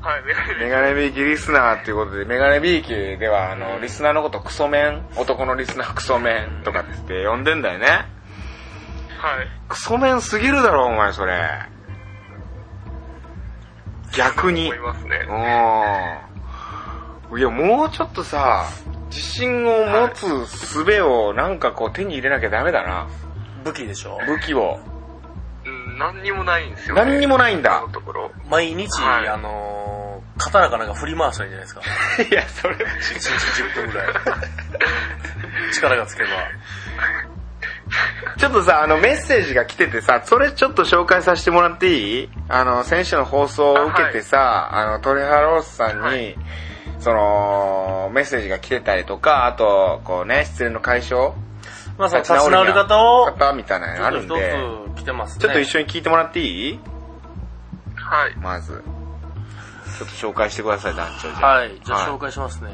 [SPEAKER 3] はい、メガネ
[SPEAKER 1] メガネビーキリスナーっていうことで、メガネビーキでは、あの、リスナーのことクソメン、男のリスナークソメンとかって言って呼んでんだよね。
[SPEAKER 3] はい。
[SPEAKER 1] クソメンすぎるだろ、お前、それ。逆に
[SPEAKER 3] 思い。ますね。
[SPEAKER 1] うん。いや、もうちょっとさ、自信を持つ術をなんかこう手に入れなきゃダメだな。
[SPEAKER 2] 武器でしょ
[SPEAKER 1] 武器を。
[SPEAKER 3] うん、何にもないんですよ、ね。
[SPEAKER 1] 何にもないんだ
[SPEAKER 3] 今の。ところ。
[SPEAKER 2] 毎日、
[SPEAKER 3] はい
[SPEAKER 2] あのー、刀かなんか振り回したらいい <laughs> んじゃな
[SPEAKER 1] <laughs>
[SPEAKER 2] いですか。
[SPEAKER 1] いや、それは
[SPEAKER 2] 1日10分ぐらい。力がつけば。
[SPEAKER 1] ちょっとさ、あのメッセージが来ててさ、それちょっと紹介させてもらっていいあの、先週の放送を受けてさ、あ,、の、トレハロースさんに、
[SPEAKER 3] は
[SPEAKER 1] その、メッセージが来てたりとか、あと、こうね、失恋の解消
[SPEAKER 2] まあ、その立ち直り方を、
[SPEAKER 1] 方みたいなのがあるん
[SPEAKER 2] 一
[SPEAKER 1] で、
[SPEAKER 2] つ来てますね。
[SPEAKER 1] ちょっと一緒に聞いてもらっていい
[SPEAKER 3] はい。
[SPEAKER 1] まず。ちょっと紹介してください、団長じゃあ
[SPEAKER 2] はい。じゃあ紹介しますね。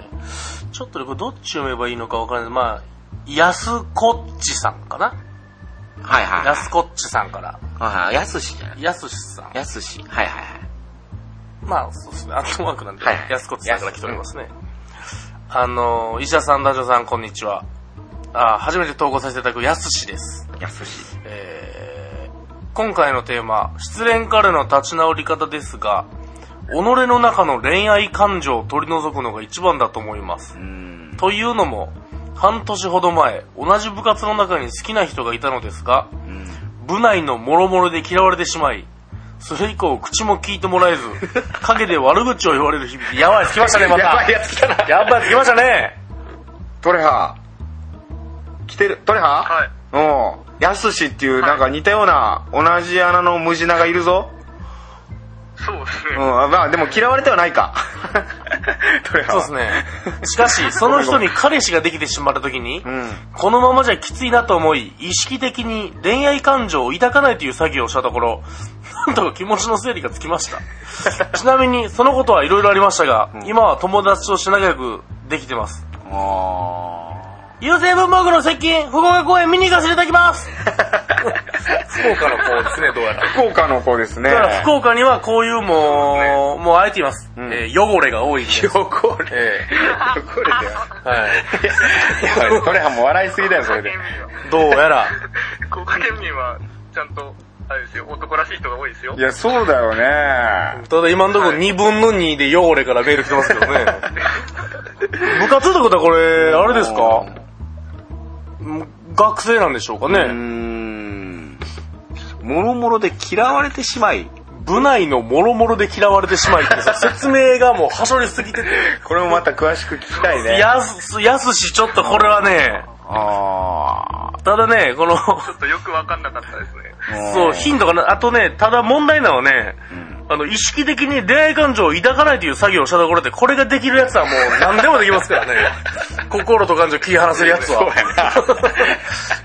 [SPEAKER 2] ちょっとね、これどっち読めばいいのかわからない。まあ、安こっちさんかな
[SPEAKER 1] はいはい。
[SPEAKER 2] 安こっちさんから。
[SPEAKER 1] はいはい。やすしじゃない
[SPEAKER 2] 安しさん。
[SPEAKER 1] やすし。はいはいはい。
[SPEAKER 2] まあ、そうですね。アットマークなんで、
[SPEAKER 1] はいはい
[SPEAKER 2] 安子さんから来ておりますね。あの、医者さん、男女さん、こんにちは。あ初めて投稿させていただく安氏です。
[SPEAKER 1] やすし。
[SPEAKER 2] えー、今回のテーマ、失恋からの立ち直り方ですが、己の中の恋愛感情を取り除くのが一番だと思います
[SPEAKER 1] う。ーん。
[SPEAKER 2] というのも、半年ほど前、同じ部活の中に好きな人がいたのですが、
[SPEAKER 1] うん。
[SPEAKER 2] 部内の諸々で嫌われてしまい、それ以降口も聞いてもらえず、陰で悪口を言われる日々。やばい、来ましたね、また。
[SPEAKER 1] やばいやつ来たな。
[SPEAKER 2] やばい、来ましたね。
[SPEAKER 1] トレハ来てる、トレハ
[SPEAKER 3] はい。
[SPEAKER 1] おうん。やすしっていう、なんか似たような、同じ穴のムジナがいるぞ。
[SPEAKER 3] そうです
[SPEAKER 1] うん。
[SPEAKER 3] ね。
[SPEAKER 1] まあ、でも嫌われてはない
[SPEAKER 2] <laughs>
[SPEAKER 1] か。トレハ
[SPEAKER 2] そう
[SPEAKER 1] は
[SPEAKER 2] です。ね。しかし、その人に彼氏ができてしまった時に、
[SPEAKER 1] うん。
[SPEAKER 2] このままじゃきついなと思い、意識的に恋愛感情を抱かないという作業をしたところ、なんとか気持ちの整理がつきま <laughs> した。ちなみに、そのことはいろいろありましたが、
[SPEAKER 1] ん
[SPEAKER 2] 今は友達として仲良くできてます。
[SPEAKER 1] あ
[SPEAKER 2] 優勢文房具の接近、福岡公演見に行かせていただきます <laughs> 福岡の子ですね、どうやら。
[SPEAKER 1] ー福岡の子ですね。
[SPEAKER 2] だから福岡にはこういうもう、もうあえて言います。
[SPEAKER 1] うん
[SPEAKER 2] えー汚れが多いんです。
[SPEAKER 1] 横れ。
[SPEAKER 2] え
[SPEAKER 1] 横れだ
[SPEAKER 2] <laughs>
[SPEAKER 1] よ。
[SPEAKER 2] ーはい。
[SPEAKER 1] いやトレハも笑いすぎだよ、それで。
[SPEAKER 2] どうやら、
[SPEAKER 3] 福岡県民は、ちゃんと、あれですよ、男らしい人が多いですよ
[SPEAKER 1] い。や、そうだよね。
[SPEAKER 2] ただ今のところ2分の2で汚れからメール来てますけ
[SPEAKER 1] <laughs>
[SPEAKER 2] どね。部活ってことはこれ、あれですか学生なんでしょうか
[SPEAKER 1] うー
[SPEAKER 2] ね。
[SPEAKER 1] ん。もろもろで嫌われてしまい。
[SPEAKER 2] 部内の諸々で嫌われてしまいっ
[SPEAKER 1] <laughs>
[SPEAKER 2] てさ、説明がもうはしょりすぎてて。
[SPEAKER 1] これもまた詳しく聞きたいね。
[SPEAKER 2] やす、やすし、ちょっとこれはね、
[SPEAKER 1] あ
[SPEAKER 2] ただね、この、
[SPEAKER 3] ちょっとよくわかんなかったですね。
[SPEAKER 1] あ。
[SPEAKER 2] そう、
[SPEAKER 1] ひ
[SPEAKER 2] ヒントかな、あとね、ただ問題なのはね、
[SPEAKER 1] ん
[SPEAKER 2] あの、意識的に恋愛感情を抱かないという作業をしたところで、これができるやつはもう何でもできますからね。
[SPEAKER 1] <laughs>
[SPEAKER 2] 心と感情を切り離せるやつは。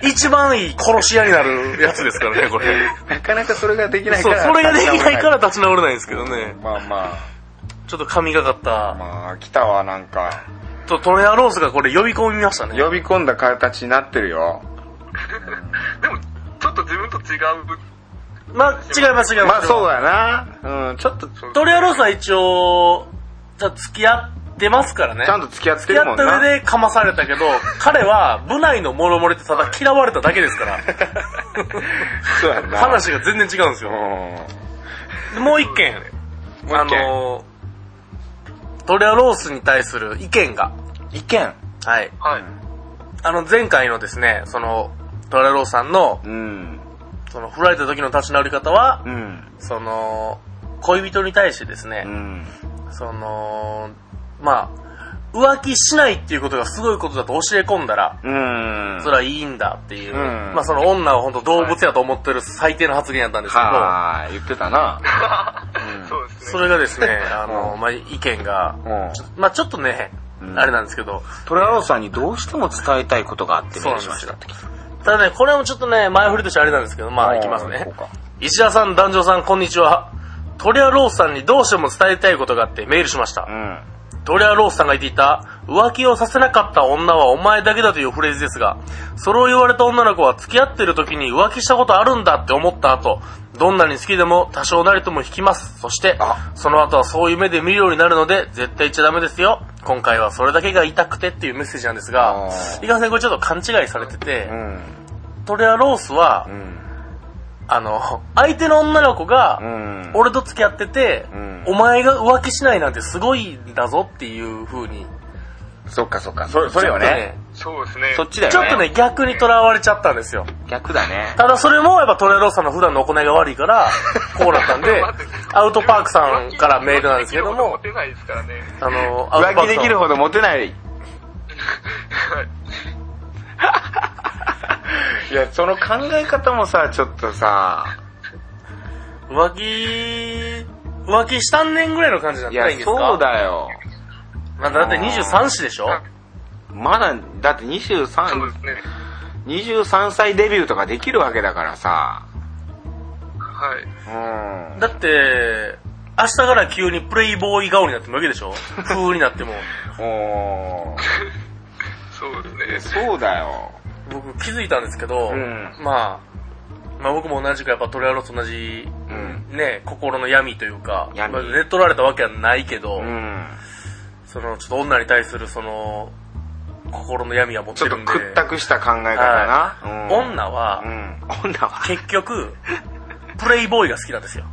[SPEAKER 2] 一番いい殺し屋になるやつですからね、これ。
[SPEAKER 1] なかなかそれができないか
[SPEAKER 2] そう、
[SPEAKER 1] ら。
[SPEAKER 2] それができないから。立ち直れないんですけどね。
[SPEAKER 1] まあま
[SPEAKER 2] ちょっと神がかっ
[SPEAKER 1] あ、
[SPEAKER 2] た。
[SPEAKER 1] まあ、来たわ、なんか。
[SPEAKER 2] と、トレアロースがこれ呼び込みましたね。
[SPEAKER 1] 呼び込んだ形になってるよ。
[SPEAKER 3] でも、ちょっと自分と違う。
[SPEAKER 2] まあ、違います、違います。
[SPEAKER 1] まあそうだな。うん、ちょっと、
[SPEAKER 2] トレアロースは一応、じゃあ付き合ってますからね。
[SPEAKER 1] ちゃんと付き合って
[SPEAKER 2] 付き
[SPEAKER 1] る
[SPEAKER 2] 合
[SPEAKER 1] もん
[SPEAKER 2] った
[SPEAKER 1] な。
[SPEAKER 2] 上でかまされたけ
[SPEAKER 1] <laughs>
[SPEAKER 2] ど、彼は部内のモロモレってただ嫌われただけで
[SPEAKER 1] <laughs>
[SPEAKER 2] すから、
[SPEAKER 1] そうやんな。
[SPEAKER 2] 話が全然違うんです
[SPEAKER 1] うん。
[SPEAKER 2] よ。でもう一件、
[SPEAKER 1] もう
[SPEAKER 2] あ
[SPEAKER 1] 一件。
[SPEAKER 2] の、トレアロースに対する意見が、
[SPEAKER 1] 意見。
[SPEAKER 2] はい。
[SPEAKER 3] はい。
[SPEAKER 2] あの前回のですね、その、トレアロースさんの、
[SPEAKER 1] うん。
[SPEAKER 2] その振られた時の立ち直り方は、
[SPEAKER 1] うん。
[SPEAKER 2] その、恋人に対してですね
[SPEAKER 1] う、ん。
[SPEAKER 2] その、まあ、浮気しないっていうことがすごいことだと教え込んだら、
[SPEAKER 1] うん。
[SPEAKER 2] それはいいんだっていう、
[SPEAKER 1] うん
[SPEAKER 2] まあその女を本当動物やと思ってる最低の発言やったんですけど、
[SPEAKER 1] はーい、言ってた <laughs> な。
[SPEAKER 3] そうですね。
[SPEAKER 2] それが
[SPEAKER 1] <laughs>
[SPEAKER 2] ですね、あの、
[SPEAKER 1] うん
[SPEAKER 2] まあ意見が、
[SPEAKER 1] うん。
[SPEAKER 2] まあちょっとね、
[SPEAKER 1] うん
[SPEAKER 2] あれなんですけど、
[SPEAKER 1] トラローさんにどうしても伝えたいことがあって
[SPEAKER 2] そう
[SPEAKER 1] メー
[SPEAKER 2] な
[SPEAKER 1] ル
[SPEAKER 2] ん
[SPEAKER 1] し
[SPEAKER 2] で
[SPEAKER 1] まし
[SPEAKER 2] す
[SPEAKER 1] た
[SPEAKER 2] よ。ただね、これもちょっとね、前振りとしてあれなんですけど、まあいきますね
[SPEAKER 1] そう。か
[SPEAKER 2] 石田さん、団長さん、こんにちは。トリアロースさんにどうしても伝えたいことがあってメールしました
[SPEAKER 1] う。ん。
[SPEAKER 2] トレアロースさんが言っていた、浮気をさせなかった女はお前だけだというフレーズですが、それを言われた女の子は付き合ってる時に浮気したことあるんだって思った後、どんなに好きでも多少なりとも引きます。そして
[SPEAKER 1] あ、
[SPEAKER 2] その後はそういう目で見るようになるので、絶対言っちゃダメですよ。今回はそれだけが痛くてっていうメッセージなんですが
[SPEAKER 1] あ、
[SPEAKER 2] いかんせんこれちょっと勘違いされて
[SPEAKER 1] う
[SPEAKER 2] て、
[SPEAKER 1] ん。
[SPEAKER 2] トレアロースは
[SPEAKER 1] う、ん。
[SPEAKER 2] あの、相手の女の子
[SPEAKER 1] う
[SPEAKER 2] が、
[SPEAKER 1] ん。
[SPEAKER 2] 俺と付き合ってて、
[SPEAKER 1] うん
[SPEAKER 2] お前が浮気しないなんてすごいんだぞっていう風に
[SPEAKER 1] そっかそっか。そ、それよ
[SPEAKER 2] ちょっと
[SPEAKER 1] ね。
[SPEAKER 3] そうですね。
[SPEAKER 1] そっちだよね。
[SPEAKER 2] ちょっとね、逆に囚われちゃったんですよ。
[SPEAKER 1] 逆だね。
[SPEAKER 2] ただそれもやっぱトレローさんの普段の行いが悪い
[SPEAKER 1] <laughs>
[SPEAKER 2] から、こうなったんで、アウトパークさんからメールなんですけど
[SPEAKER 3] 持
[SPEAKER 2] も、
[SPEAKER 3] てないですからね。
[SPEAKER 2] あの、アウト
[SPEAKER 1] 浮気
[SPEAKER 2] パーク
[SPEAKER 1] で
[SPEAKER 2] さ
[SPEAKER 1] きる
[SPEAKER 2] ん、
[SPEAKER 1] ほどモテない。
[SPEAKER 3] はい。
[SPEAKER 1] いや、その考え方もさ、ちょっとさ、
[SPEAKER 2] 浮気、浮気したんねんぐらいの感じだっ
[SPEAKER 1] い
[SPEAKER 2] たらいいん
[SPEAKER 1] や、
[SPEAKER 2] ですか
[SPEAKER 1] そう。だよ。
[SPEAKER 2] まだだって23子でしょ
[SPEAKER 1] まだ、だって
[SPEAKER 3] そう
[SPEAKER 1] 23
[SPEAKER 3] で、すね。
[SPEAKER 1] 23歳デビューとかできるわけだからさ。
[SPEAKER 3] はい。
[SPEAKER 1] うん。
[SPEAKER 2] だって、明日から急にプレイボーイ顔になってもいいわけで
[SPEAKER 1] <laughs>
[SPEAKER 2] しょ風になっても。
[SPEAKER 1] お
[SPEAKER 3] そうです
[SPEAKER 1] ー
[SPEAKER 3] ね。
[SPEAKER 1] そうだよ。
[SPEAKER 2] 僕気づいたんですけど、
[SPEAKER 1] うん
[SPEAKER 2] まあ、まあ僕も同じくやっぱトレアロと同じ
[SPEAKER 1] うん。
[SPEAKER 2] ね、心の闇というか、
[SPEAKER 1] 闇
[SPEAKER 2] まあ寝取られたわけはないけど、
[SPEAKER 1] うん。
[SPEAKER 2] その、ちょっと女に対するその、心の闇は持っ
[SPEAKER 1] ちょ
[SPEAKER 2] て
[SPEAKER 1] っと
[SPEAKER 2] るんで。
[SPEAKER 1] 屈託した考え方
[SPEAKER 2] は
[SPEAKER 1] な。
[SPEAKER 2] い
[SPEAKER 1] うん
[SPEAKER 2] 女は、
[SPEAKER 1] うん。女は。
[SPEAKER 2] 結局、プレイボーイが好きなんで
[SPEAKER 1] <laughs>
[SPEAKER 2] すよ。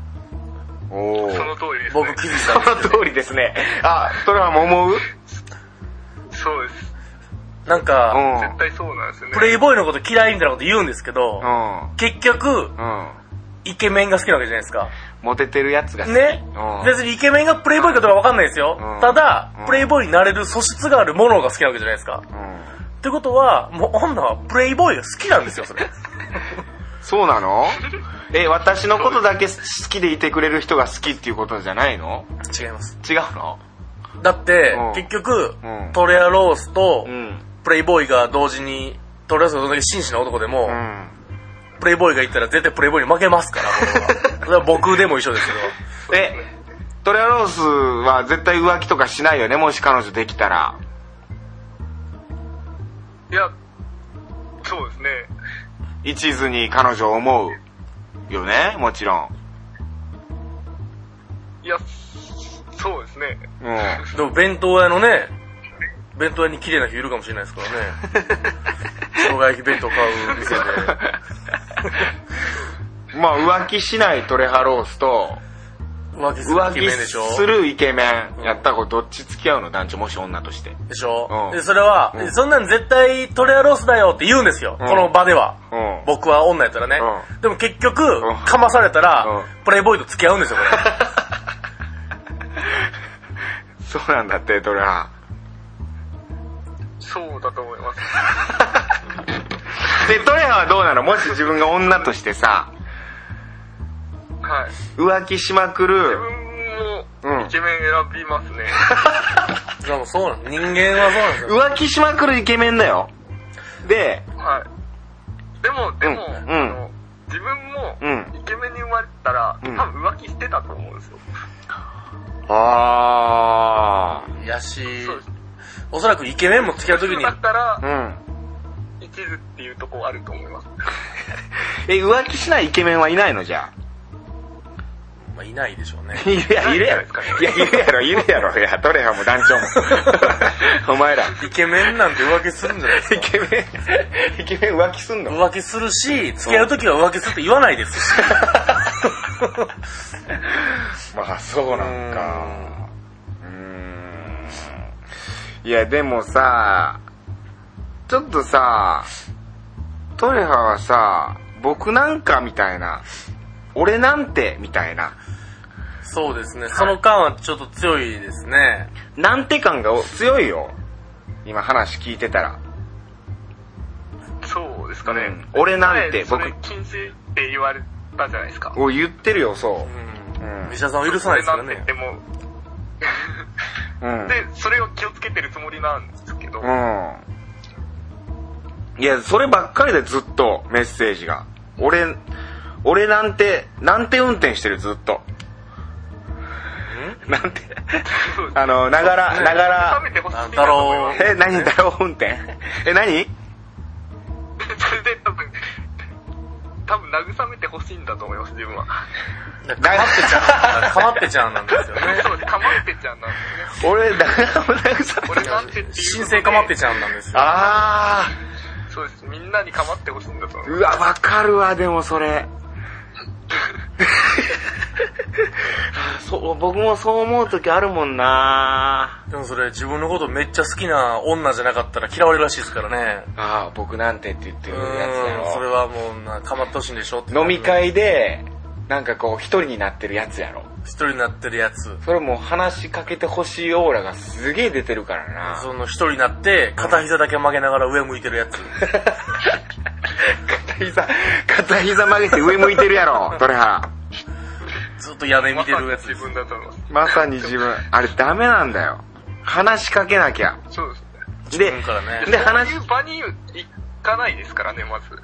[SPEAKER 1] お
[SPEAKER 3] その
[SPEAKER 1] ー
[SPEAKER 3] 通りです
[SPEAKER 2] 僕
[SPEAKER 3] ね。
[SPEAKER 2] 気づいたん
[SPEAKER 1] そ
[SPEAKER 2] で
[SPEAKER 1] の
[SPEAKER 2] すけど。
[SPEAKER 1] 通りですね。あ、それはもう思ううん。
[SPEAKER 3] そうです。
[SPEAKER 2] なんか、
[SPEAKER 3] 絶対そうなんですよね。
[SPEAKER 2] プレイボーイのこと嫌いみたいなこと言うんですけど、
[SPEAKER 1] うん。
[SPEAKER 2] 結局、
[SPEAKER 1] うん。
[SPEAKER 2] イケメンが好きなわけじゃないですか。
[SPEAKER 1] モテてるやつが好き。
[SPEAKER 2] ね
[SPEAKER 1] うん。
[SPEAKER 2] 別にイケメンがプレイボーイかどうかわかんないですよ。
[SPEAKER 1] うん
[SPEAKER 2] ただ
[SPEAKER 1] うん、
[SPEAKER 2] プレイボーイになれる素質があるものが好きなわけじゃないですか。
[SPEAKER 1] うん。
[SPEAKER 2] ってことは、もう女はプレイボーイが好きなんです
[SPEAKER 1] <laughs>
[SPEAKER 2] よ、それ。
[SPEAKER 1] そうなのえ、私のことだけ好きでいてくれる人が好きっていうことじゃないの
[SPEAKER 2] 違います。
[SPEAKER 1] 違うの
[SPEAKER 2] だって、
[SPEAKER 1] うん
[SPEAKER 2] 結局、
[SPEAKER 1] うん
[SPEAKER 2] トレアロースと
[SPEAKER 1] うん。
[SPEAKER 2] プレイボーイが同時に、トレアロースがどんだけ紳士な男でも、
[SPEAKER 1] うん。
[SPEAKER 2] プレイボーイがいったら絶対プレイボーイに負けま
[SPEAKER 1] <laughs>
[SPEAKER 2] すから、僕はだから僕でも一緒ですけど。
[SPEAKER 1] え、トレアロースは絶対浮気とかしないよね、もし彼女できたら。
[SPEAKER 3] いや、そうですね。
[SPEAKER 1] 一途に彼女を思う。よね、もちろん。
[SPEAKER 3] いや、そうですね。
[SPEAKER 1] うん。
[SPEAKER 2] でも弁当屋のね、弁当屋に綺麗な人いるかもしれないですからね。
[SPEAKER 1] <laughs>
[SPEAKER 2] 生姜焼き弁当買う店で。
[SPEAKER 1] <laughs> まあ、浮気しないトレハロースと、
[SPEAKER 2] 浮気する
[SPEAKER 1] 浮
[SPEAKER 2] イケ
[SPEAKER 1] 気
[SPEAKER 2] メンでしょ
[SPEAKER 1] するイケメンやった子どっち付き合うの団長、もし女として。
[SPEAKER 2] でしょ、
[SPEAKER 1] うん
[SPEAKER 2] で、それは、
[SPEAKER 1] うん
[SPEAKER 2] そんなん絶対トレアロースだよって言うんですよ。
[SPEAKER 1] うん
[SPEAKER 2] この場では。
[SPEAKER 1] うん。
[SPEAKER 2] 僕は女やったらね。
[SPEAKER 1] う
[SPEAKER 2] でも結局、
[SPEAKER 1] ん
[SPEAKER 2] かまされたら、
[SPEAKER 1] う
[SPEAKER 2] プレイボーイと付き合うんですよ、こ <laughs> れ。
[SPEAKER 1] そうなんだって、トレハ。
[SPEAKER 3] そうだと思います。
[SPEAKER 1] で、トレハはどうなのもし自分が女としてさ、
[SPEAKER 3] はい。
[SPEAKER 1] 浮気しまく
[SPEAKER 3] 自
[SPEAKER 1] る、
[SPEAKER 3] 分もイケメン選びます
[SPEAKER 1] <laughs>
[SPEAKER 3] ね。
[SPEAKER 2] でもそうなの。人間はそうなんですよ。
[SPEAKER 1] 浮気しまくるイケメンだよ。で、
[SPEAKER 3] はい。でも、でも、
[SPEAKER 1] うん
[SPEAKER 3] あの自分も
[SPEAKER 1] うん
[SPEAKER 3] イケメンに生まれたら、
[SPEAKER 1] うん
[SPEAKER 3] 多分浮気してたと思うんですよ。
[SPEAKER 1] あ
[SPEAKER 2] いやし、
[SPEAKER 3] そうです。
[SPEAKER 2] おそらくイケメンも付き合うときに
[SPEAKER 3] だ、ったら、
[SPEAKER 1] ー。うん。
[SPEAKER 3] 一途っていうとこあると思います。
[SPEAKER 1] え、浮気しないイケメンはいないのじゃ
[SPEAKER 2] まあ、いないでしょうね。
[SPEAKER 1] いるや、いるやろ。いや、いるやろ、いるやろ。いや、取れよ、もう団長も。 <laughs> お前ら。
[SPEAKER 2] <laughs> イケメンなんて浮気するんじゃないです
[SPEAKER 1] イケメン、イ <laughs> ケメン浮気すん
[SPEAKER 2] か。
[SPEAKER 1] の
[SPEAKER 2] 浮気するし、付き合うときは浮気するって言わないですし。
[SPEAKER 1] まあ、そうなんか。うーん。いや、でもさ、ちょっとさ、トレハはさ、僕なんかみたいな、俺なんてみたいな、
[SPEAKER 2] そうですね。その感はちょっと強いですね。
[SPEAKER 1] なんて感が強いよ。今話聞いてたら。
[SPEAKER 3] そうですかね。
[SPEAKER 1] うん俺なんて
[SPEAKER 3] 僕
[SPEAKER 1] 僕。
[SPEAKER 3] 禁止って言われたじゃないですか。
[SPEAKER 1] お言ってるよ、そうう。
[SPEAKER 2] ん。
[SPEAKER 1] うん
[SPEAKER 2] 医者さんは許さないですから
[SPEAKER 3] 俺なん
[SPEAKER 2] ね
[SPEAKER 3] て。でも、
[SPEAKER 1] うん。
[SPEAKER 3] で、それを気をつけてるつもりなんですけど、
[SPEAKER 1] うん。いや、そればっかりでずっとメッセージが。俺、俺なんて、なんて運転してるずっと。なんて、
[SPEAKER 3] そうです
[SPEAKER 1] あの、ながら、なが
[SPEAKER 3] 冷
[SPEAKER 1] ら、
[SPEAKER 3] めてほしい
[SPEAKER 2] なん
[SPEAKER 3] な
[SPEAKER 2] だ
[SPEAKER 3] と思い
[SPEAKER 2] ろ
[SPEAKER 3] ま
[SPEAKER 2] う
[SPEAKER 3] す。
[SPEAKER 1] え、何だろう運転え、何
[SPEAKER 3] それで多分、多分慰めてほしいんだと思います、自分は。
[SPEAKER 2] かまってちゃん、かまってちゃんなんですよね。
[SPEAKER 3] そう、かまってちゃんなんですね。
[SPEAKER 1] 俺、だから、慰めて
[SPEAKER 3] 俺なんてっていうことで
[SPEAKER 2] 新生かまってちゃんなんですよ。
[SPEAKER 1] あ
[SPEAKER 3] そうです。みんなにかまってほしいんだと思い
[SPEAKER 1] ー、
[SPEAKER 3] ます。
[SPEAKER 1] うわ、わかるわ、でもそ
[SPEAKER 2] <laughs>
[SPEAKER 1] れ。そう、僕もそう思うときあるもんな
[SPEAKER 2] でもそれ自分のことめっちゃ好きな女じゃなかったら嫌われるらしいですからね。
[SPEAKER 1] ああ、僕なんてって言って
[SPEAKER 2] う
[SPEAKER 1] るやつだ
[SPEAKER 2] ん。
[SPEAKER 1] ろ。
[SPEAKER 2] それはもうな、かまってほしいんでしょって。
[SPEAKER 1] 飲み。会で、なんかこう、一人になってるやつやろ。
[SPEAKER 2] 一人になってるやつ。
[SPEAKER 1] それもう話しかけてほしいオーラがすげえ出てるからな。
[SPEAKER 2] その一人になって、片膝だけ曲げながら上向いてるやつ。
[SPEAKER 1] <laughs> 片膝、片膝曲げて上向いてるや
[SPEAKER 2] <laughs>
[SPEAKER 1] ろ、トレハ
[SPEAKER 2] ずっと屋根見てるやつ
[SPEAKER 3] まさに。自分だと思います。
[SPEAKER 1] まさに自分。あれダメなんだよ。話しかけなきゃ。
[SPEAKER 3] そうですね。
[SPEAKER 1] で
[SPEAKER 2] 自分からね、
[SPEAKER 1] で、
[SPEAKER 3] そう
[SPEAKER 1] 話
[SPEAKER 3] い、う場に行かないですからね、まず。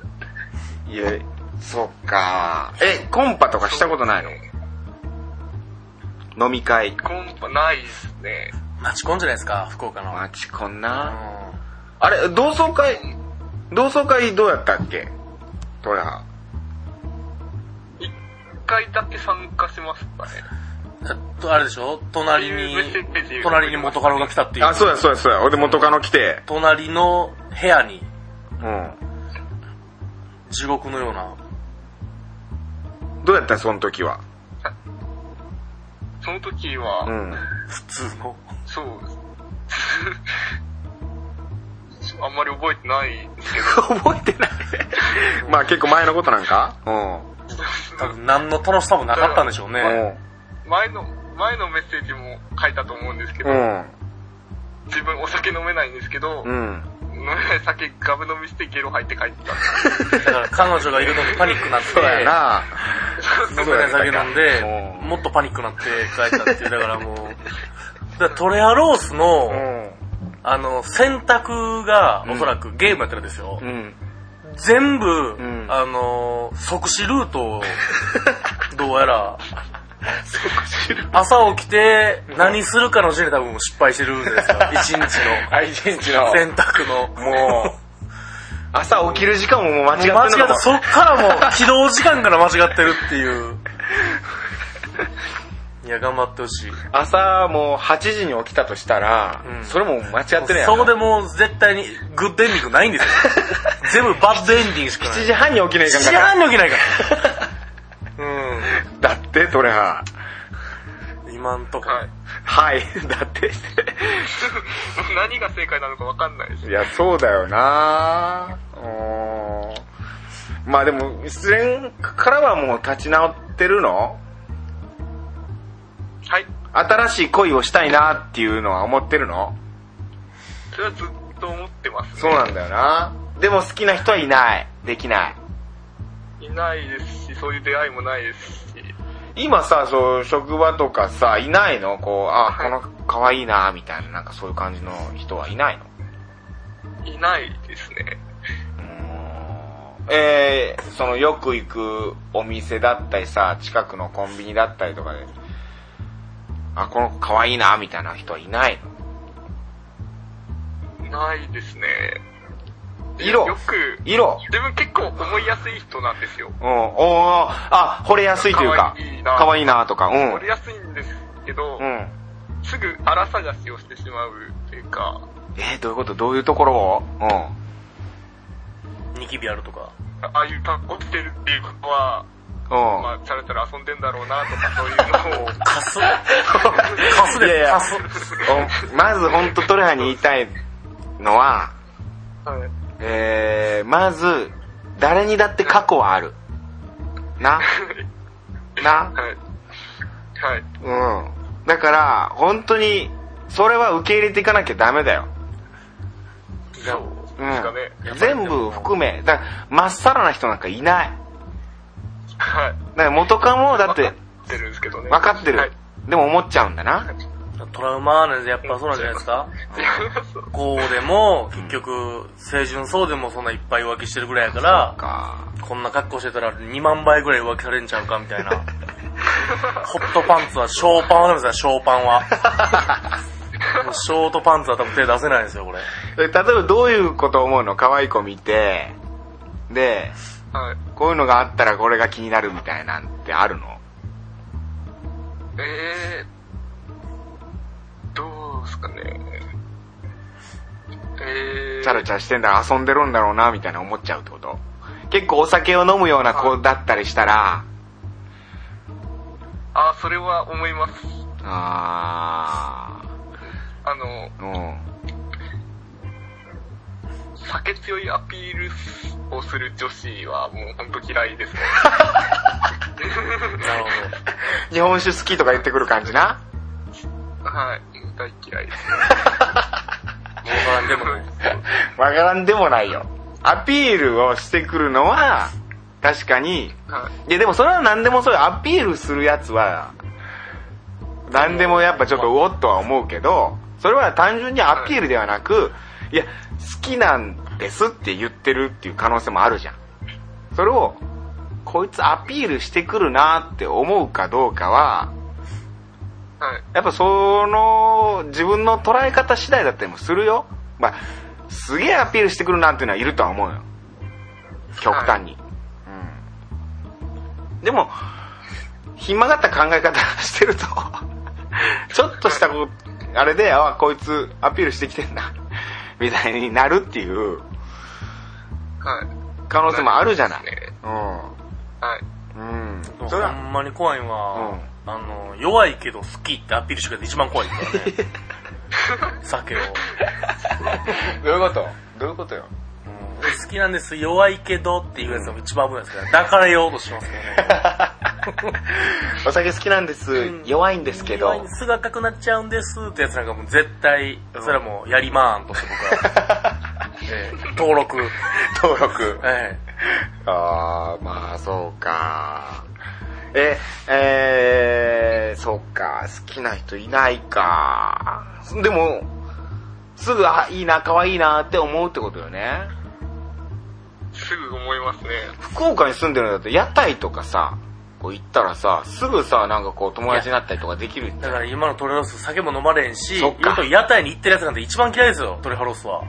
[SPEAKER 1] いや、そっか。え、コンパとかしたことないの飲み会。
[SPEAKER 3] コンパないですね。
[SPEAKER 2] 待ち込んじゃないですか、福岡の。
[SPEAKER 1] マチコンな。
[SPEAKER 2] うん
[SPEAKER 1] あれ、同窓会、同窓会どうやったっけトレハ
[SPEAKER 3] 一回だけ参加しましたね。
[SPEAKER 2] えっと、あれでしょ隣に
[SPEAKER 3] ユーズしてっていう、
[SPEAKER 2] 隣に元カノが来たっていう。
[SPEAKER 1] あ、そうや、そうや、そうや。俺元カノ来て。
[SPEAKER 2] 隣の部屋に、
[SPEAKER 1] う
[SPEAKER 2] 地獄のような。
[SPEAKER 1] ん。どうやったその時は。
[SPEAKER 3] その時は、
[SPEAKER 1] うん。
[SPEAKER 2] 普通の。
[SPEAKER 3] そうです。あんまり覚えてないんですけど、
[SPEAKER 1] 覚えてない。 <laughs> まあ結構前のことなんかうん。
[SPEAKER 2] 多分何の楽しさもなかったんでしょうね。
[SPEAKER 3] 前の、前のメッセージも書いたと思うんですけど、
[SPEAKER 1] うん。
[SPEAKER 3] 自分お酒飲めないんですけど、
[SPEAKER 1] うん。
[SPEAKER 3] 飲めない酒ガブ飲みしてゲロ吐いて帰ってたんで
[SPEAKER 2] だから彼女がいるのにパニックになって、
[SPEAKER 1] そうやな。
[SPEAKER 2] 飲めない酒飲んで、
[SPEAKER 1] うん
[SPEAKER 2] もっとパニックになって帰ったっていう、だからもう、だからトレアロースの、
[SPEAKER 1] ん。
[SPEAKER 2] あの、選択が、おそらくゲームやってるんですよ。
[SPEAKER 1] うん。
[SPEAKER 2] 全部、
[SPEAKER 1] ん
[SPEAKER 2] あのー、即死ルートを、どう
[SPEAKER 1] <laughs>
[SPEAKER 2] やら、朝起きて、何するかの時点で多分失敗してるんで
[SPEAKER 1] <laughs>
[SPEAKER 2] すよ。一日の。
[SPEAKER 1] 愛人地の。
[SPEAKER 2] 選択の。
[SPEAKER 1] もう、朝起きる時間ももう間違ってる
[SPEAKER 2] 間違っ
[SPEAKER 1] のか
[SPEAKER 2] た、そっからもう、起動時間から間違ってるって <laughs> いう。いや、頑張ってほしい。
[SPEAKER 1] 朝もう8時に起きたとしたら、
[SPEAKER 2] うん
[SPEAKER 1] それも間違ってるやん。
[SPEAKER 2] そこでもう絶対にグッドエンディングない <laughs> んですよ。全部バッドエンディングしかない。
[SPEAKER 1] 7時半に起きないかん
[SPEAKER 2] 7
[SPEAKER 1] か
[SPEAKER 2] 時
[SPEAKER 1] ら。
[SPEAKER 2] 半に起きない <laughs> から。
[SPEAKER 1] だって、トレハ。
[SPEAKER 2] うん。今んとこ。
[SPEAKER 3] はい。 <laughs>
[SPEAKER 1] はい。 <laughs> だって。
[SPEAKER 3] もう何が正解なのかわかんないです。
[SPEAKER 1] いや、そうだよなぁ。まあでも、失恋からはもう立ち直ってるの
[SPEAKER 3] はい。
[SPEAKER 1] 新しい恋をしたいなっていうのは思ってるの
[SPEAKER 3] それはずっと思ってます、ね。
[SPEAKER 1] そうなんだよなでも好きな人はいない。できない。
[SPEAKER 3] いないですし、そういう出会いもないですし、
[SPEAKER 1] 今さ、そう、職場とかさ、いないのこう、あ、
[SPEAKER 3] は
[SPEAKER 1] こ
[SPEAKER 3] い
[SPEAKER 1] の子可愛いなみたいな、なんかそういう感じの人はいないの
[SPEAKER 3] いないですね。
[SPEAKER 1] うーんえー、そのよく行くお店だったりさ、近くのコンビニだったりとかで、あ、この子可愛いなみたいな人はいないの
[SPEAKER 3] ないですね。よ
[SPEAKER 1] 色
[SPEAKER 3] く、
[SPEAKER 1] 色
[SPEAKER 3] 自分結構思いやすい人なんですよ。
[SPEAKER 1] うん、おーあ、惚れやすいというか
[SPEAKER 3] 可愛い、な
[SPEAKER 1] 可愛いなとか、うん。
[SPEAKER 3] 折れやすいんですけど、
[SPEAKER 1] うん。
[SPEAKER 3] すぐ荒探しをしてしまうというか、
[SPEAKER 1] えーどういうことどういうところをうん。
[SPEAKER 2] ニキビあるとか。
[SPEAKER 3] ああいう格好着てるっていうことは、
[SPEAKER 1] うん。
[SPEAKER 3] まあ、チャラチャラ遊んでんだろうなとか、そういうのを、
[SPEAKER 2] カスカス
[SPEAKER 1] いやい
[SPEAKER 2] で、
[SPEAKER 1] や
[SPEAKER 2] カス。
[SPEAKER 1] おまず本当トレハに言いたいの <laughs> は、
[SPEAKER 3] はい
[SPEAKER 1] えー、まず、誰にだって過去はある。
[SPEAKER 3] <laughs>
[SPEAKER 1] な、な、
[SPEAKER 3] はい。はい。
[SPEAKER 1] うん。だから、本当に、それは受け入れていかなきゃダメだよ。
[SPEAKER 3] そう
[SPEAKER 1] う
[SPEAKER 3] ですかね。
[SPEAKER 1] ん。全部含め、だから、まっさらな人なんかいない。
[SPEAKER 3] はい。
[SPEAKER 1] だから元カノもだって
[SPEAKER 3] 分、かってるんですけどね。
[SPEAKER 1] 分かって
[SPEAKER 3] はい <laughs>
[SPEAKER 1] る。。でも思っちゃうんだな。
[SPEAKER 2] トラウマなんでやっぱそうなんじゃないですか
[SPEAKER 3] そう
[SPEAKER 2] こうでも、結局、清純そうでもそんないっぱい浮気してるぐらいやから、
[SPEAKER 1] か
[SPEAKER 2] こんな格好してたら2万倍ぐらい浮気されんちゃうかみたいな。ホットパンツは、ショーパンはダメですね、ショーパンは。ショートパンツは多分手出せないですよ、これ。
[SPEAKER 1] 例えばどういうこと思うの可愛い子見て、で、
[SPEAKER 3] はい。
[SPEAKER 1] こういうのがあったらこれが気になるみたいなんてあるの
[SPEAKER 3] えー、どうですかね。えー、
[SPEAKER 1] チャラチャラしてんだら遊んでるんだろうなみたいな思っちゃうってこと結構お酒を飲むような子だったりしたら、
[SPEAKER 3] あ、それは思います。
[SPEAKER 1] あ
[SPEAKER 3] あの、
[SPEAKER 1] ー、うん。
[SPEAKER 3] 酒強いアピールをする女子はもう本当嫌いですね。
[SPEAKER 2] なるほ
[SPEAKER 1] 日本酒好きとか言ってくる感じな
[SPEAKER 3] はい。もう大嫌いです。
[SPEAKER 2] ど。もうからんでもない。
[SPEAKER 1] わからんでもないよ。アピールをしてくるのは、確かに、
[SPEAKER 3] はい。
[SPEAKER 1] いやでもそれは何でもそうよアピールするやつは、何でもやっぱちょっとうおっとは思うけど、それは単純にアピールではなく、いや、好きなんですって言ってるっていう可能性もあるじゃん。それを、こいつアピールしてくるなって思うかどうかは、
[SPEAKER 3] はい。
[SPEAKER 1] やっぱその、自分の捉え方次第だったりもするよ。まあ、すげえアピールしてくるなっていうのはいるとは思うよ。極端に。うん。でも、ひん曲がった考え方してると、 <laughs> ちょっとしたこあれで、あ、こいつアピールしてきてんだ、 <laughs> みたいになるっていう
[SPEAKER 3] はい。
[SPEAKER 1] 可能性もあるじゃない
[SPEAKER 3] なりますね。はい。
[SPEAKER 1] うん。うん。それ
[SPEAKER 2] ほ
[SPEAKER 1] は、
[SPEAKER 2] んまに怖いんは、あの、弱いけど好きってアピールしてくれて一番怖いですからね。
[SPEAKER 1] <laughs>
[SPEAKER 2] 酒を。
[SPEAKER 1] どういうことどういう <laughs> ことよ。
[SPEAKER 2] 好きなんです、弱いけどっていうやつが一番危ないですから、抱かれようとしますよね。
[SPEAKER 1] お酒好きなんです。弱いんですけ
[SPEAKER 2] 弱い
[SPEAKER 1] ど
[SPEAKER 2] んで。すが赤くなっちゃうんですってやつなんかもう絶対、それはもうやりまーんとして僕は、
[SPEAKER 1] <laughs>
[SPEAKER 2] ええ登録。
[SPEAKER 1] 登 <laughs> 録。
[SPEAKER 2] え
[SPEAKER 1] ああ、まあ、そうか。え、えー、そっか、好きな人いないか。でも、すぐ、あ、いいな、可愛いなって思うってことよね。
[SPEAKER 3] すぐ思いますね。
[SPEAKER 1] 福岡に住んでるんだって、屋台とかさ、こう行ったらさ、すぐさ、なんかこう友達になったりとかできる
[SPEAKER 2] えだから今のトレハロス酒も飲まれんし、
[SPEAKER 1] そ
[SPEAKER 2] 言
[SPEAKER 1] っか
[SPEAKER 2] うと屋台に行ってるやつなんて一番嫌いですよ、トレハロスは。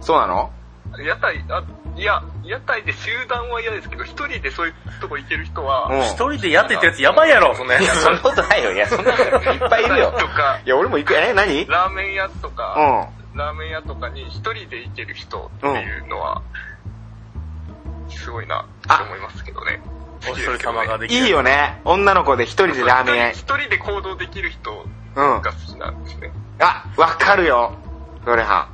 [SPEAKER 1] そうなの
[SPEAKER 3] 屋台、あ、いや、屋台で集団は嫌ですけど、一人でそういうとこ行ける人は、
[SPEAKER 1] うん
[SPEAKER 2] 一人で屋台行ってるやつやばいやろ、そんなや
[SPEAKER 1] いや、そんな
[SPEAKER 2] つ。
[SPEAKER 1] ことないよ。いや、そんなこといっぱいいるよ
[SPEAKER 3] と。か、
[SPEAKER 1] いや、俺も行く、え、何うん。
[SPEAKER 3] ラーメン屋とか、ラーメン屋とかに一人で行ける人っていうのは、すごいなって思いますけどね。
[SPEAKER 2] お一人様ができる。
[SPEAKER 1] いいよね。女の子で一人でラーメン屋。
[SPEAKER 3] 一人で行動できる人
[SPEAKER 1] うん。
[SPEAKER 3] が好きなんですね。
[SPEAKER 1] あ、わかるよ。それは。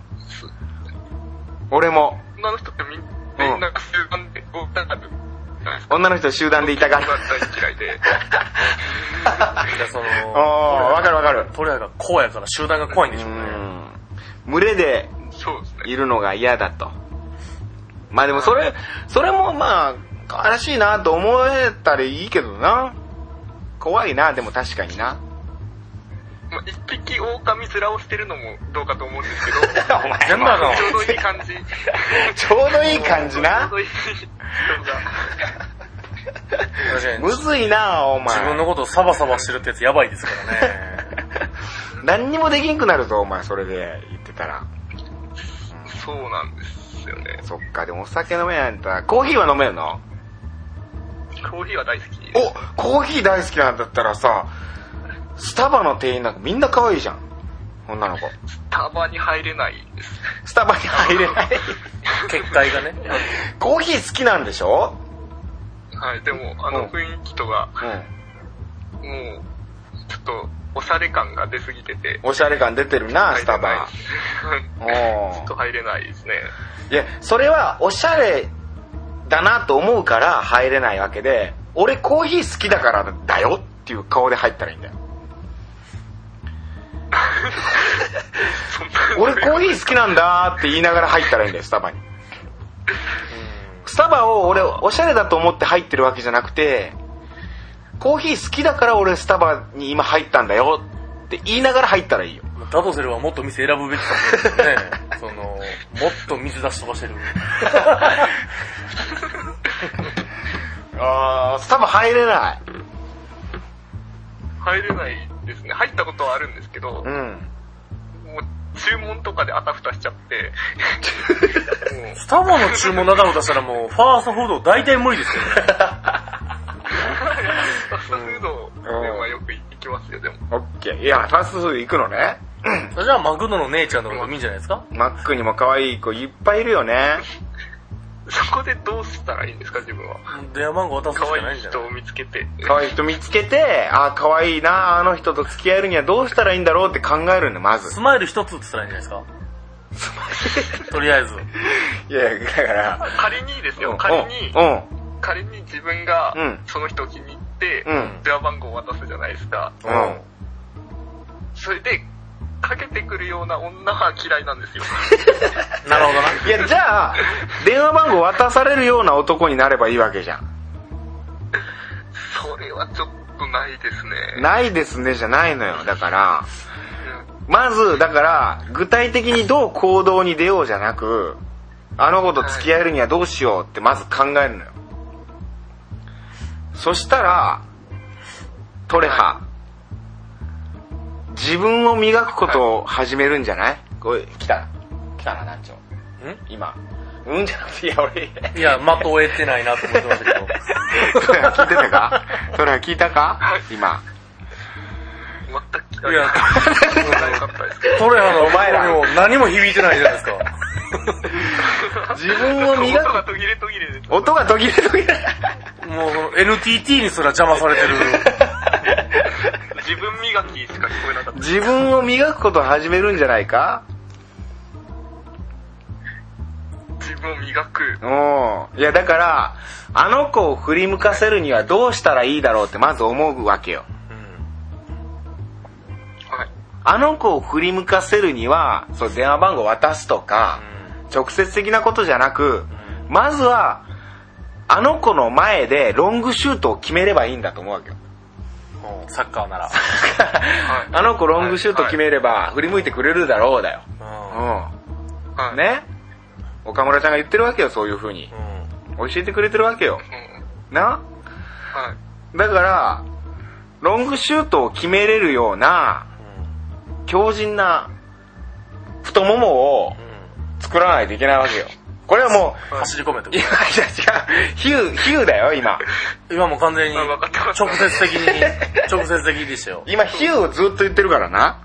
[SPEAKER 1] 俺も、
[SPEAKER 3] 女の人ってみん
[SPEAKER 1] うん
[SPEAKER 3] な、みんな集団で動かなるじゃないですか。
[SPEAKER 1] 女の人集団でいた <laughs> がる。
[SPEAKER 3] 僕が大嫌いで。
[SPEAKER 2] いやその、
[SPEAKER 1] おー、わかるわかる。
[SPEAKER 2] トレハがこうやから集団が怖いんで
[SPEAKER 1] う
[SPEAKER 2] しょうね。
[SPEAKER 1] ん。群れで
[SPEAKER 3] そうですね。
[SPEAKER 1] いるのが嫌だと。まあでもそれ、それもまあ、可愛らしいなと思えたらいいけどな。怖いな、でも確かにな。
[SPEAKER 3] まあ、一匹狼面をしてるのもどうかと思うんですけ <laughs> ど、
[SPEAKER 1] お前
[SPEAKER 2] 全部あかんわ
[SPEAKER 3] ちょうどいい感じ。
[SPEAKER 1] ちょうどいい感じ
[SPEAKER 3] ちょう
[SPEAKER 1] な。
[SPEAKER 3] どいい人が。
[SPEAKER 1] <laughs>
[SPEAKER 2] 確かに
[SPEAKER 1] むずいな、お前。
[SPEAKER 2] 自
[SPEAKER 1] <laughs>
[SPEAKER 2] 分のことをサバサバしてるってやつやばいですからね。
[SPEAKER 1] 何にもできんくなるぞ、お前、それで言ってたら。
[SPEAKER 3] そうなんです。ですよね。
[SPEAKER 1] そっか、でもお酒飲めないんだったら、コーヒーは飲めるの
[SPEAKER 3] コーヒーは大好きです。
[SPEAKER 1] おコーヒー大好きなんだったらさ、スタバの店員なんかみんな可愛いじゃん。女の子。
[SPEAKER 3] スタバに入れないです。
[SPEAKER 1] スタバに入れない。
[SPEAKER 2] 結界がね。
[SPEAKER 1] <laughs> コーヒー好きなんでしょ
[SPEAKER 3] はい、でも、あ
[SPEAKER 1] うん
[SPEAKER 3] の雰囲気とか、
[SPEAKER 1] うん。
[SPEAKER 3] もう、ちょっと、おしゃれ感が出すぎてて、
[SPEAKER 1] おしゃれ感出てるな、スタバ。お
[SPEAKER 3] 入れない。ちょっと
[SPEAKER 1] ー
[SPEAKER 3] 入れないです <laughs> ね。
[SPEAKER 1] いや、それはおしゃれだなと思うから入れないわけで、俺コーヒー好きだからだよっていう顔で入ったら <laughs> いいんだよ。
[SPEAKER 3] そん <laughs>
[SPEAKER 1] 俺
[SPEAKER 3] な
[SPEAKER 1] コーヒー好きなんだって言いながら入ったらいいんだよ、スタバに。スタバを俺、おしゃれだと思って入ってるわけじゃなくて、コーヒー好きだから俺スタバに今入ったんだよって言いながら入ったらいいよ。
[SPEAKER 2] だとすればもっと店選ぶべきかもしれないですね。その、もっと水出し飛ばしてる。
[SPEAKER 1] あスタバ入れない。
[SPEAKER 3] 入れないですね。入ったことはあるんですけど、
[SPEAKER 1] う
[SPEAKER 3] も
[SPEAKER 1] ん。
[SPEAKER 3] う、注文とかであたふたしちゃって、も
[SPEAKER 2] <laughs>
[SPEAKER 3] う
[SPEAKER 2] スタバの注文なだろうとしたらもう、ファーストフード大体無理ですよね。
[SPEAKER 3] ファストフードではよく行きますよ、でも。
[SPEAKER 1] オッケー。いや、ファストフード行くのね。
[SPEAKER 2] それじゃあマクドの姉ちゃんとかでもいいんじゃないですか
[SPEAKER 1] マックにも可愛い子いっぱいいるよ <laughs> ね。
[SPEAKER 3] そこでどうしたらいいんですか、自分は。
[SPEAKER 2] 電話番号渡すし
[SPEAKER 3] 可
[SPEAKER 2] かない
[SPEAKER 3] 愛
[SPEAKER 2] ん
[SPEAKER 3] い
[SPEAKER 2] じゃな
[SPEAKER 3] 人
[SPEAKER 2] い
[SPEAKER 3] を見つけて。
[SPEAKER 1] 可愛い人見つけて、ああ、可愛いな、あの人と付き合えるにはどうしたらいいんだろうって考えるんだよ、まず
[SPEAKER 2] ス。マイル一つって言ったらいいんじゃないです <laughs> かとりあえず。
[SPEAKER 1] いやいや、だから、
[SPEAKER 3] 仮にです
[SPEAKER 1] う
[SPEAKER 3] よ、
[SPEAKER 1] ん
[SPEAKER 3] 仮に、
[SPEAKER 1] う
[SPEAKER 3] 仮に自分が
[SPEAKER 1] うん
[SPEAKER 3] その人を気に入って、
[SPEAKER 1] うん
[SPEAKER 3] 電話番号を渡すじゃないですか。
[SPEAKER 1] ん、うん。
[SPEAKER 3] それで、かけてくるような女は嫌いなんですよ。
[SPEAKER 2] なるほどな。
[SPEAKER 1] いや、じゃ <laughs> あ、電話番号渡されるような男になればいいわけじゃん。
[SPEAKER 3] それはちょっとないですね。
[SPEAKER 1] ないですね、じゃないのよ。だから、まず、だから、具体的にどう行動に出ようじゃなく、あの子と付き合えるにはどうしようってまず考えるのよ。そしたら、トレハ、自分を磨くことを始めるんじゃないおい、来た。来たな、団長。
[SPEAKER 2] ん
[SPEAKER 1] 今。うんじゃなくて、いや、俺、
[SPEAKER 2] いや、的を得てないなと思ってましたけど。
[SPEAKER 1] それは聞いてたか <laughs> それは聞いたか今。
[SPEAKER 3] 全く
[SPEAKER 2] い
[SPEAKER 3] <laughs> 嫌
[SPEAKER 2] や
[SPEAKER 3] いな、かったですけど。
[SPEAKER 2] トレハのお前
[SPEAKER 1] ら
[SPEAKER 2] もう何も響いてないじゃないですか。
[SPEAKER 1] 自分を
[SPEAKER 3] 音
[SPEAKER 1] 磨
[SPEAKER 3] が途切れ途切れです。
[SPEAKER 1] く。音が途切れ途 <laughs> 切れ。
[SPEAKER 2] もうその NTT にすら邪魔されてる。
[SPEAKER 3] 自分磨きしか聞こえなかった。
[SPEAKER 1] 自分を磨くことを始めるんじゃないか
[SPEAKER 3] 自分を磨く。
[SPEAKER 1] うん。いや、だから、あの子を振り向かせるにはどうしたらいいだろうってまず思うわけよ。
[SPEAKER 3] はい。
[SPEAKER 1] あの子を振り向かせるには、そう、電話番号渡すとか、直接的なことじゃなく、まずは、あの子の前でロングシュートを決めればいいんだと思うわけよ。
[SPEAKER 2] サッカーなら。
[SPEAKER 3] はい。
[SPEAKER 1] あの子ロングシュート決めれば振り向いてくれるだろうだよ。
[SPEAKER 2] う
[SPEAKER 1] う
[SPEAKER 3] はい。
[SPEAKER 1] ん。。ね岡村ちゃんが言ってるわけよ、そういう風に。
[SPEAKER 2] ん。うん。
[SPEAKER 1] 教えてくれてるわけよ。
[SPEAKER 3] うん。
[SPEAKER 1] な
[SPEAKER 3] はい。
[SPEAKER 1] だから、ロングシュートを決めれるような、強靭な太ももを
[SPEAKER 2] うん。
[SPEAKER 1] 作らないといけないわけよ。これはもう、 <laughs>
[SPEAKER 2] 走り込めと
[SPEAKER 1] いや、いや違う、ヒュー、ヒューだよ、今。
[SPEAKER 2] 今もう完全に、
[SPEAKER 3] あ分かった
[SPEAKER 2] 直接的 <laughs> に、直接的でしたよ。
[SPEAKER 1] 今、ヒューをずっと言ってるからな。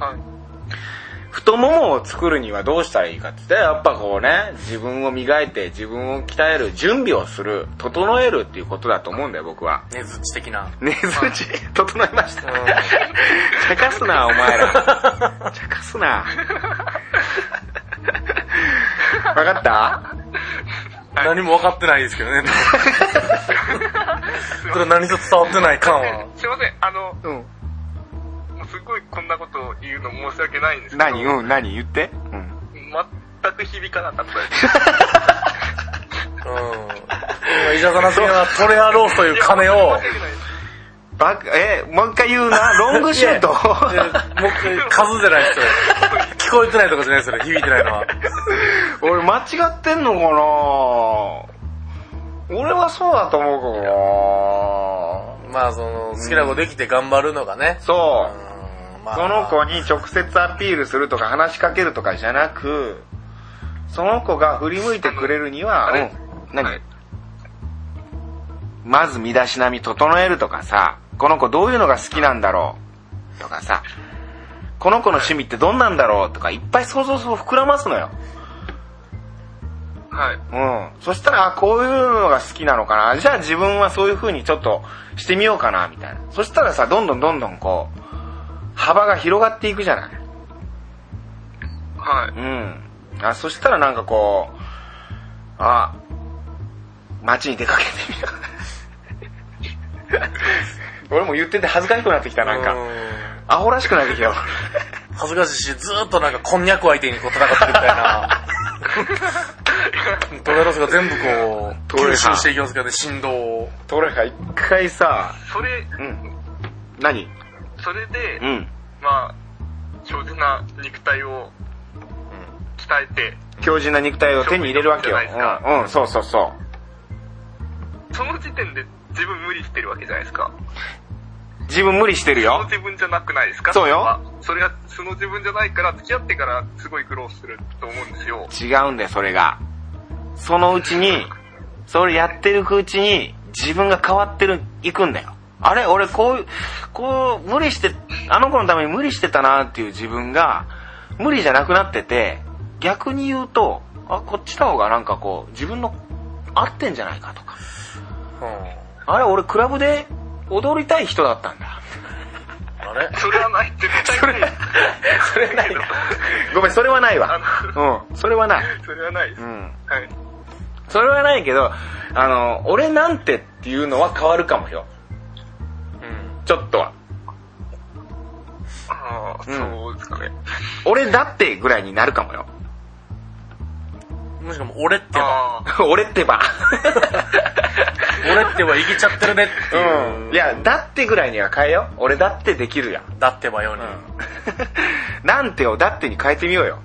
[SPEAKER 3] はい。
[SPEAKER 1] 太ももを作るにはどうしたらいいかって言ったら、やっぱこうね、自分を磨いて、自分を鍛える、準備をする、整えるっていうことだと思うんだよ、僕は。
[SPEAKER 2] ねずっち的な。
[SPEAKER 1] ねずち、整いました。茶化すな、お前ら。茶化すな。わかった
[SPEAKER 2] 何も分かってないですけど <laughs> ね。これ何一つ伝わってない感は。
[SPEAKER 3] すいません、あの、
[SPEAKER 1] うん。
[SPEAKER 3] もうすごいこんなことを言うの申し訳ないんですけど。
[SPEAKER 1] 何うん、何言って。うん。
[SPEAKER 3] 全く響かなかったです。
[SPEAKER 2] うん。今、伊沢さんの手はトレアロースという
[SPEAKER 1] <laughs>
[SPEAKER 2] 金を、
[SPEAKER 3] 申し訳ないです
[SPEAKER 1] バカ、え、もう一回言うな。ロングシュート。
[SPEAKER 2] えもう一回数じゃないですよ。聞こえてないとかじゃないですよね、響いてないのは。
[SPEAKER 1] 俺間違ってんのかな俺はそうだと思うけどな
[SPEAKER 2] まあ、その、好きな子できて頑張るのがね。う
[SPEAKER 1] そう。
[SPEAKER 2] んまあ
[SPEAKER 1] その子に直接アピールするとか話しかけるとかじゃなく、
[SPEAKER 4] その子が振り向いてくれるには、
[SPEAKER 3] あ
[SPEAKER 4] う
[SPEAKER 3] れ
[SPEAKER 4] ん
[SPEAKER 1] 何、
[SPEAKER 3] はい
[SPEAKER 1] まず身だしなみ整えるとかさ、この子どういうのが好きなんだろうとかさ、この子の趣味ってどんなんだろうとかいっぱい想像を膨らますのよ。
[SPEAKER 3] はい。
[SPEAKER 1] うん。そしたら、あ、こういうのが好きなのかな。じゃあ自分はそういう風にちょっとしてみようかな、みたいな。そしたらさ、どんどんどんどんこう、幅が広がっていくじゃない。
[SPEAKER 3] はい。
[SPEAKER 1] うん。あ、そしたらなんかこう、あ、街に出かけてみよう。 <laughs> 俺も言ってて恥ずかしくなってきた、なんか。アホらしくなってきたわ。
[SPEAKER 2] 恥ずかしいし、ずーっとなんかこんにゃく相手にこう戦ってるみたいな。トレロスが全部こう、
[SPEAKER 1] トレ
[SPEAKER 2] 吸
[SPEAKER 1] ハ
[SPEAKER 2] 収していきますからね、振動を。
[SPEAKER 1] と俺が一回さ、
[SPEAKER 3] それ、
[SPEAKER 1] うん。何
[SPEAKER 3] それで、
[SPEAKER 1] うん。
[SPEAKER 3] まあ、強靭な肉体を鍛えて、
[SPEAKER 1] 強靭な肉体を手に入れるわけよ。
[SPEAKER 3] 食欲じゃないです
[SPEAKER 1] うん、うん、そうそうそう。
[SPEAKER 3] その時点で自分無理してるわけじゃないですか。
[SPEAKER 1] 自分無理してる
[SPEAKER 3] その
[SPEAKER 1] よ。
[SPEAKER 3] 自分じゃなくないですか
[SPEAKER 1] そうよ。
[SPEAKER 3] それは、その自分じゃないから、付き合ってからすごい苦労すると思うんですよ。
[SPEAKER 1] 違うんだよ、それが。そのうちに、それやってるうちに、自分が変わってる、いくんだよ。あれ俺こういう、こう、無理して、あの子のために無理してたなっていう自分が、無理じゃなくなってて、逆に言うと、あ、こっちの方がなんかこう、自分の、合ってんじゃないかとか。あれ俺クラブで踊りたい人だったんだ。
[SPEAKER 2] あれ
[SPEAKER 3] それはない、絶対ない。
[SPEAKER 1] それはないな。ごめん、それはないわ。うん、それはない。
[SPEAKER 3] それはないで
[SPEAKER 1] う
[SPEAKER 3] す。
[SPEAKER 1] ん。
[SPEAKER 3] はい。
[SPEAKER 1] それはないけど、あの、俺なんてっていうのは変わるかもよ。
[SPEAKER 2] うん。
[SPEAKER 1] ちょっとは。
[SPEAKER 3] ああ、
[SPEAKER 1] うん
[SPEAKER 3] そうですかね。
[SPEAKER 1] 俺だってぐらいになるかもよ。 <laughs>
[SPEAKER 2] もしかも俺ってば、
[SPEAKER 3] あ
[SPEAKER 1] 俺ってば。
[SPEAKER 2] 俺ってばいけちゃってるねっていう。
[SPEAKER 1] うん。いや、だってぐらいには変えよう。俺だってできるや。
[SPEAKER 2] だってばように。
[SPEAKER 1] <laughs> なんてをだってに変えてみようよ。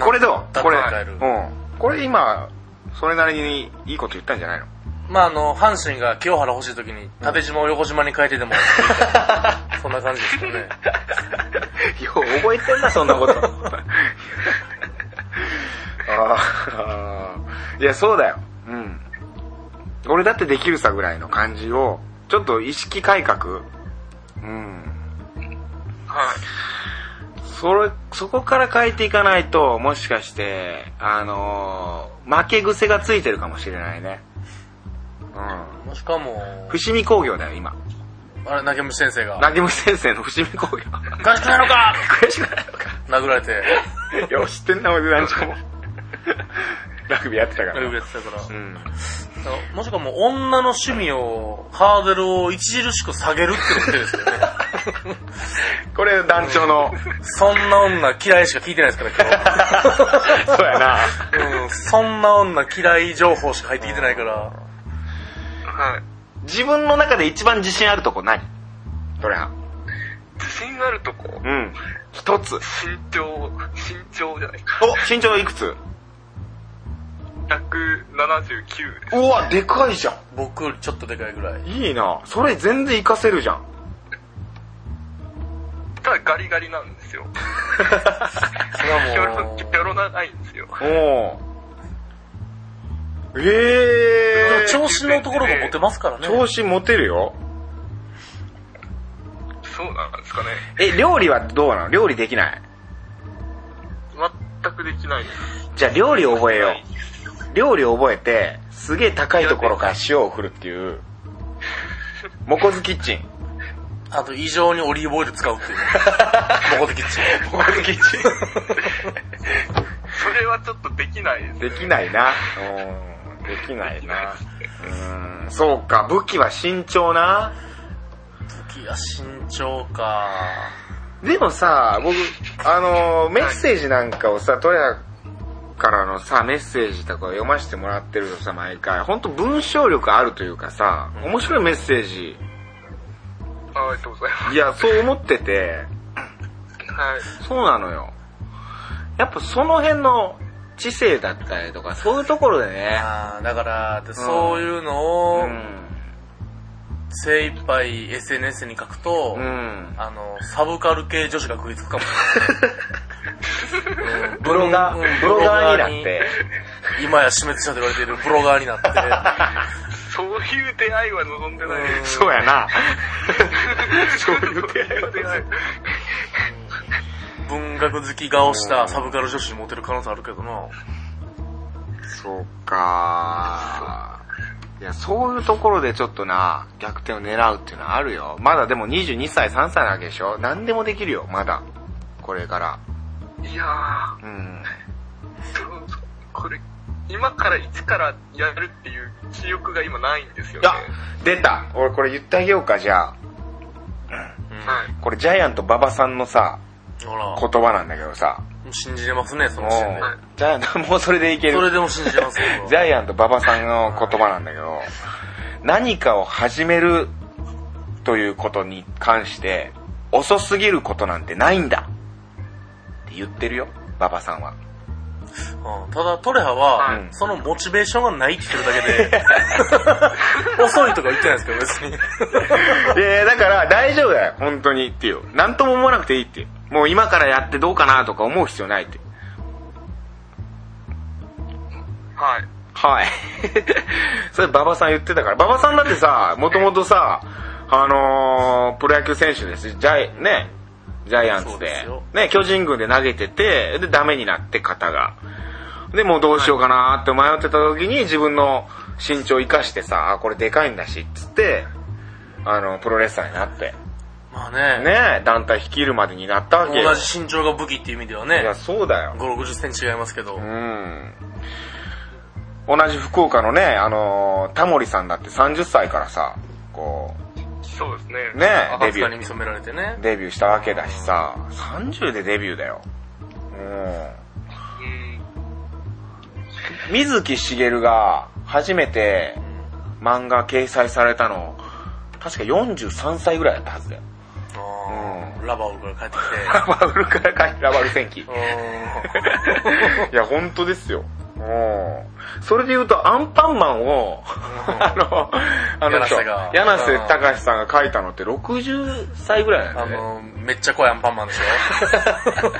[SPEAKER 1] これどう
[SPEAKER 2] だっ
[SPEAKER 1] こ
[SPEAKER 2] て
[SPEAKER 1] れ。
[SPEAKER 2] ば変える
[SPEAKER 1] うん。これ今、それなりにいいこと言ったんじゃないの
[SPEAKER 2] まああの、阪神が清原欲しい時に、縦島を横島に変えて
[SPEAKER 1] <laughs>
[SPEAKER 2] でも、そんな感じですよね。
[SPEAKER 1] よう覚えてんな、そんなこと。 <laughs> あーいや、そうだよ。うん。俺だってできるさぐらいの感じを、ちょっと意識改革。うん。
[SPEAKER 3] あ、はい。
[SPEAKER 1] それ、そこから変えていかないと、もしかして、あのー負け癖がついてるかもしれないね。う
[SPEAKER 2] もしかも、
[SPEAKER 1] ん。伏見工業だよ、今。
[SPEAKER 2] あれ、投げ虫先生が、
[SPEAKER 1] なぎむ先生の伏見工業。 <laughs>
[SPEAKER 2] おかしくないのか
[SPEAKER 1] 悔しくないのか。
[SPEAKER 2] 殴られて、
[SPEAKER 1] <laughs> よ、知ってんな、俺団長 <laughs> も。ラグビーやってたか
[SPEAKER 2] 殴
[SPEAKER 1] ら。
[SPEAKER 2] られてたから。
[SPEAKER 1] うん。
[SPEAKER 2] あのもしかも女の趣味を、ハードルを著しく下げるってことですよね。
[SPEAKER 1] これ団長 <laughs> の、
[SPEAKER 2] そんな女嫌いしか聞いてないです <laughs> から、
[SPEAKER 1] そうやな。
[SPEAKER 2] 今日。うん、そんな女嫌い情報しか入ってきてないから。
[SPEAKER 3] はい。
[SPEAKER 1] 自分の中で一番自信あるとこ何どれは。
[SPEAKER 3] 自信があるとこ、
[SPEAKER 1] うん。一つ。
[SPEAKER 3] 身長、身長じゃないですか。
[SPEAKER 1] お身長いくつ
[SPEAKER 3] 179です。
[SPEAKER 1] うわ、でかいじゃ
[SPEAKER 2] 僕よりちょっとでかいぐらい
[SPEAKER 1] ん。。いいな。それ全然活かせるじゃん。
[SPEAKER 3] ただガリガリなんです
[SPEAKER 1] <laughs>
[SPEAKER 3] よ。
[SPEAKER 2] それ
[SPEAKER 3] キ <laughs> ョ
[SPEAKER 2] はも
[SPEAKER 3] ロ、
[SPEAKER 2] う
[SPEAKER 3] キ、ョロ長いんですよ。
[SPEAKER 1] おー。えー。
[SPEAKER 2] 調子のところがモテますからね。
[SPEAKER 1] 調子持てるよ。
[SPEAKER 3] そうなんですかね。
[SPEAKER 1] え、料理はどうなの料理できない。
[SPEAKER 3] 全くできないです。
[SPEAKER 1] じゃあ料理覚えよ
[SPEAKER 3] は
[SPEAKER 1] う。料理を覚えて、すげえ高いところから塩を振るっていう、モコズキッチン。
[SPEAKER 2] あと異常にオリーブオイル使うっていう。ここでキッチン。
[SPEAKER 1] モコズキッチ
[SPEAKER 3] それはちょっとできないです、
[SPEAKER 1] で
[SPEAKER 3] ね。
[SPEAKER 1] きないな。うん、できないな。うん、そうか、武器は慎重な。
[SPEAKER 2] いや、身長か。
[SPEAKER 1] でもさ、僕、あのーメッセージなんかをさ、トヤからのさ、メッセージとか読ませてもらってるとさ、毎回、ほんと文章力あるというかさ、面白いメッセージ。
[SPEAKER 3] ありがとうございま
[SPEAKER 1] いや、そう思ってて、
[SPEAKER 3] す。はい。
[SPEAKER 1] そうなのよ。やっぱその辺の知性だったりとか、そういうところでね。
[SPEAKER 2] あーだから、でそういうの
[SPEAKER 1] う
[SPEAKER 2] を
[SPEAKER 1] ん。
[SPEAKER 2] 精一杯 SNS に書くと、
[SPEAKER 1] うん。
[SPEAKER 2] あの、サブカル系女子が食いつくかもしれないね、うん
[SPEAKER 1] <laughs> ブロガ
[SPEAKER 2] う
[SPEAKER 1] ー、
[SPEAKER 2] ん
[SPEAKER 1] ブロガーになって。
[SPEAKER 2] 今や死滅者と言われているブロガーになって、
[SPEAKER 3] そういう出会いは望んでないです。
[SPEAKER 1] そうやな。そういう
[SPEAKER 3] そういう出会い。
[SPEAKER 2] 文学好き顔したサブカル女子にモテる可能性あるけどな。
[SPEAKER 1] そう
[SPEAKER 5] か
[SPEAKER 1] いや、そういうところでちょっとな、逆転を狙うっていうのはあるよ。まだでも22歳、3歳なわけでしょ何でもできるよ、まだ。これから。
[SPEAKER 3] いやー、
[SPEAKER 1] うん。
[SPEAKER 3] そうそうこれ、今から一からやるっていう記憶が今ないんですよ
[SPEAKER 1] い
[SPEAKER 3] ね。
[SPEAKER 1] や、出た俺これ言ってあげようか、じゃあ。
[SPEAKER 3] はい。
[SPEAKER 1] これジャイアント馬場さんのさ、
[SPEAKER 2] ほら、
[SPEAKER 1] 言葉なんだけどさ。
[SPEAKER 2] 信じれますね、そ
[SPEAKER 1] も
[SPEAKER 2] の
[SPEAKER 1] う
[SPEAKER 2] 時点で。、
[SPEAKER 1] ジャイアント、 <laughs> もうそれでいけ
[SPEAKER 2] それ
[SPEAKER 1] る。
[SPEAKER 2] でも信じれますよ。
[SPEAKER 1] ジャイアント馬場さんの言葉なんだけど、何かを始めるということに関して、遅すぎることなんてないんだって言ってるよ、馬場さんは。
[SPEAKER 2] うんただ、トレハは、
[SPEAKER 1] うん
[SPEAKER 2] そのモチベーションがないって言ってるだ
[SPEAKER 1] <laughs>
[SPEAKER 2] けで、遅いとか言ってないですけど、別に。
[SPEAKER 1] で、だから大丈夫だよ、本当にっていう。なんとも思わなくていいっていう。もう今からやってどうかなとか思う必要ないって。
[SPEAKER 3] はい。
[SPEAKER 1] はい。 <laughs> それ馬場さん言ってたから。馬場さんだってさ、もともとさ、あのー、プロ野球選手ですしジャイ、ね、ジャイアン
[SPEAKER 2] そ
[SPEAKER 1] ツ
[SPEAKER 2] う
[SPEAKER 1] で
[SPEAKER 2] ですよ、
[SPEAKER 1] ね、巨人軍で投げてて、で、ダメになって肩が。で、もうどうしようかなーって迷ってた時に自分の身長生かしてさ、あ、これでかいんだし、っつって、あの、プロレスラーになって。
[SPEAKER 2] まあね
[SPEAKER 1] ね団体率いるまでになったわけよ。
[SPEAKER 2] 同じ身長が武器っていう意味ではね
[SPEAKER 1] い、や、そうだよ。
[SPEAKER 2] 5、60センチ違いますけど、
[SPEAKER 1] うん。同じ福岡のね、あのータモリさんだって30歳からさ、こ
[SPEAKER 3] そうですね。
[SPEAKER 1] う、ねデ
[SPEAKER 2] 赤
[SPEAKER 1] ビュ
[SPEAKER 2] 塚
[SPEAKER 1] ー
[SPEAKER 2] に、見染められてね。
[SPEAKER 1] デビューしたわけだしさ、30でデビューだよ。う
[SPEAKER 3] うん。
[SPEAKER 1] ん。水木しげるが初めて漫画掲載されたの、確か43歳ぐらいだったはずだよ。
[SPEAKER 2] あーラバウルから帰 <laughs> って
[SPEAKER 1] ラ <laughs> バウルからかい、ラバウル戦記。
[SPEAKER 2] きてう
[SPEAKER 1] <laughs>
[SPEAKER 2] ん。
[SPEAKER 1] いや、本当ですよ。うん。それで言うと、アンパンマンを、 <laughs> あの、あの人
[SPEAKER 2] 柳瀬が、
[SPEAKER 1] 柳瀬隆さんが書いたのって60歳ぐらいなんだ
[SPEAKER 2] あ
[SPEAKER 1] よね。
[SPEAKER 2] の、めっちゃ怖いアンパンマンでし <laughs> ょ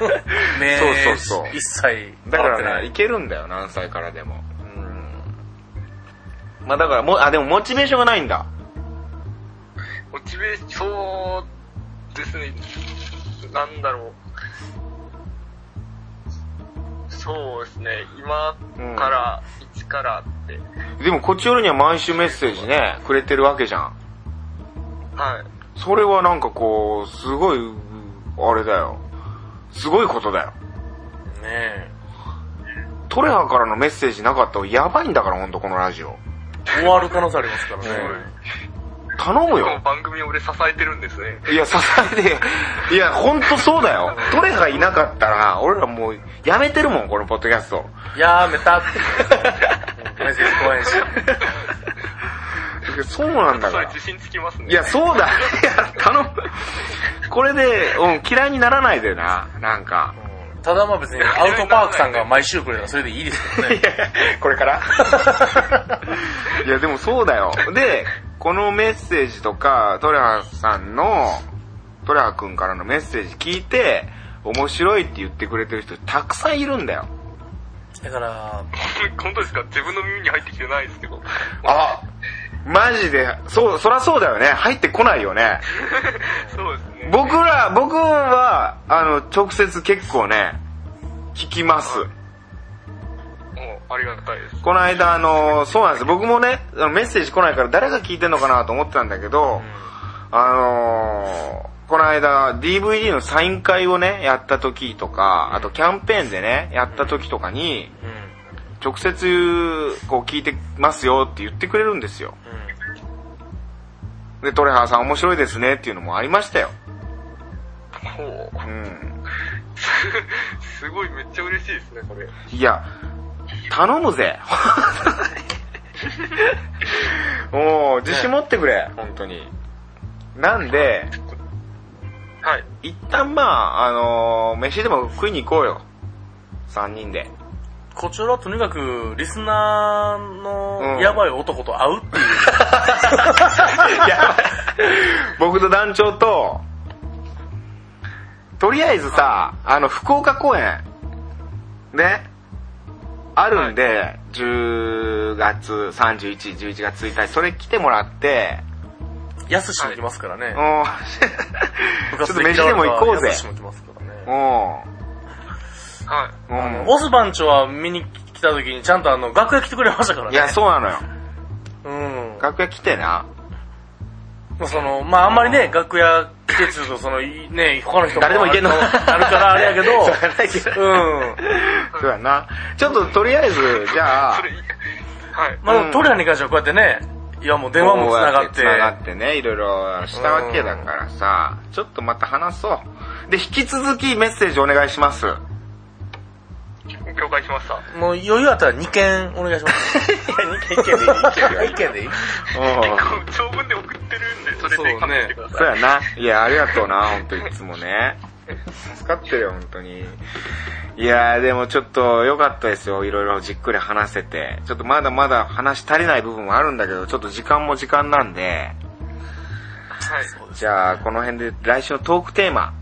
[SPEAKER 2] 目
[SPEAKER 1] そうそうそう
[SPEAKER 2] 一切
[SPEAKER 1] だか
[SPEAKER 2] 笑って
[SPEAKER 1] ら
[SPEAKER 2] な
[SPEAKER 1] ね、
[SPEAKER 2] い
[SPEAKER 1] い。けるんだよ、何歳からでも。うん。まあだから、もう、あ、でもモチベーションがないんだ。
[SPEAKER 3] モチベーション、そうですね。なんだろう。そうですね。今から、一からって。
[SPEAKER 1] でも、こっちよりには毎週メッセージね、くれてるわけじゃん。
[SPEAKER 3] はい。
[SPEAKER 1] それはなんかこう、すごい、あれだよ。すごいことだよ。
[SPEAKER 2] ね
[SPEAKER 1] トレハからのメッセージなかったらやばいんだから、ほんと、このラジオ。
[SPEAKER 2] え <laughs> 終わる可能性ありますからね。
[SPEAKER 1] 頼む
[SPEAKER 3] こ
[SPEAKER 1] よ
[SPEAKER 3] の。番組を俺支えてるんですね。
[SPEAKER 1] いや、支えてよ、いや、ほんとそうだよ。トレがいなかったら、俺らもう、やめてるもん、このポッドキャスト。
[SPEAKER 2] やめたって。メッセージ怖いし。
[SPEAKER 1] そうなんだ
[SPEAKER 3] そ
[SPEAKER 1] か
[SPEAKER 3] れ
[SPEAKER 1] ら
[SPEAKER 3] 自。信つきますね。
[SPEAKER 1] いや、そうだ。 <laughs> いや、頼む。これで、うん、嫌いにならないでな、なんか。
[SPEAKER 2] うんただまあ別にアウトパークさんが毎週くれたらそれでいいですけどね。
[SPEAKER 1] <laughs> これから <laughs> いや、でもそうだよ。で、このメッセージとか、トレハさんの、トレハ君からのメッセージ聞いて、面白いって言ってくれてる人たくさんいるんだよ。
[SPEAKER 2] だから、
[SPEAKER 3] <laughs> 本当ですか自分の耳に入ってきてないですけど。
[SPEAKER 1] あ、マジで、そう、そらそうだよね。入ってこないよね。
[SPEAKER 3] <laughs> そうですね。
[SPEAKER 1] 僕ら、僕は、あの、直接結構ね、聞きます。
[SPEAKER 3] もう、ありがたいです。
[SPEAKER 1] この間、あの、そうなんです。僕もね、あのメッセージ来ないから誰が聞いてんのかなと思ってたんだけど、あのーこの間 DVD のサイン会をね、やった時とか、あとキャンペーンでね、やった時とかに、
[SPEAKER 2] うん。う
[SPEAKER 1] 直接、こう聞いてますよって言ってくれるんですよ。
[SPEAKER 2] ん。
[SPEAKER 1] で、トレハーさん面白いですねっていうのもありましたよ。
[SPEAKER 3] ほう。 <laughs>
[SPEAKER 1] うん。
[SPEAKER 3] すごい、めっちゃ嬉しいですね、これ。
[SPEAKER 1] いや、頼むぜ。 <laughs> もう、自信持ってくれ、本当に。なんで、
[SPEAKER 3] はい。
[SPEAKER 1] 一旦まあ、あのー飯でも食いに行こうよ。三人で。
[SPEAKER 2] こちらはとにかく、リスナー
[SPEAKER 1] うん
[SPEAKER 2] のやばい男と会うっていう。
[SPEAKER 1] 僕と団長と、とりあえずさ、あの、福岡公演、ね、あるんで、10月31、11月1日、それ来てもらって、
[SPEAKER 2] やすしも来ますからね。
[SPEAKER 1] も <laughs>
[SPEAKER 2] 部
[SPEAKER 1] う、ちょ
[SPEAKER 2] 活
[SPEAKER 1] っと飯でも行こうぜ
[SPEAKER 2] や。すしも来ますからね。
[SPEAKER 1] も
[SPEAKER 3] は
[SPEAKER 1] う、
[SPEAKER 2] あの
[SPEAKER 1] も
[SPEAKER 2] ボス番長は見に来た時にちゃんとあの、楽屋来てくれましたから
[SPEAKER 1] う、
[SPEAKER 2] ね。
[SPEAKER 1] いや、そうなのよ。
[SPEAKER 2] うん。
[SPEAKER 1] 楽屋来てな。
[SPEAKER 2] まあその、まああんまりね、楽屋来てちょっとその、いね、他の人も
[SPEAKER 1] 誰でも行けんの
[SPEAKER 2] あるからあるからあれや
[SPEAKER 1] <laughs>
[SPEAKER 2] け
[SPEAKER 1] そうやなけ
[SPEAKER 2] ど、
[SPEAKER 1] ど
[SPEAKER 2] うん。
[SPEAKER 1] そうやな。ちょっととりあえず、じゃ
[SPEAKER 3] い。
[SPEAKER 1] あ
[SPEAKER 3] そ、れ、はい。
[SPEAKER 2] まあでもトリアに関してはこうやってね、いやもう電話も
[SPEAKER 1] こう
[SPEAKER 2] 繋
[SPEAKER 1] や
[SPEAKER 2] がって
[SPEAKER 1] 繋がってね、いろいろしたわけだからさ、ちょっとまた話そう。で、引き続きメッセージお願いし
[SPEAKER 2] <laughs>
[SPEAKER 1] ます。
[SPEAKER 3] 了解しました。
[SPEAKER 2] もう余裕あったら2件お願いします。いや、2件でいい。2件
[SPEAKER 3] <laughs>
[SPEAKER 2] でいい。
[SPEAKER 1] うん
[SPEAKER 3] 長文で送ってるんで、それで考えてください。
[SPEAKER 1] そうやな。いや、ありがとうな、ほんといつもね。助かってるよ、ほんとに。いやーでもちょっと良かったですよ、いろいろじっくり話せて。ちょっとまだまだ話し足りない部分もあるんだけど、ちょっと時間も時間なんで、
[SPEAKER 3] はい。
[SPEAKER 1] じゃあこの辺で来週のトークテーマ。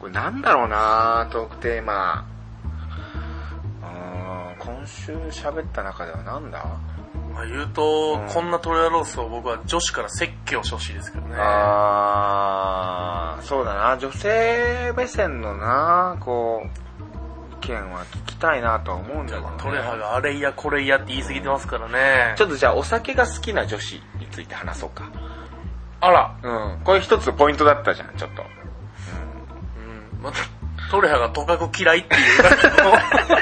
[SPEAKER 1] これなんだろうなトークテーマ。うーん、今週喋った中ではなんだ
[SPEAKER 2] まあ言うと、
[SPEAKER 1] うん
[SPEAKER 2] こんなトリアロースを僕は女子から説教してほしいですけどね。
[SPEAKER 1] あー、そうだな、女性目線のな、こう、意見は聞きたいなとは思うんだけど、ね。
[SPEAKER 2] トレハがあれいやこれいやって言い過ぎてますからね。
[SPEAKER 1] ちょっとじゃあお酒が好きな女子について話そうか。
[SPEAKER 2] あら。
[SPEAKER 1] うん。これ一つポイントだったじゃん、ちょっと。
[SPEAKER 2] うん。また、トレハがとかく嫌いっていう。 <laughs>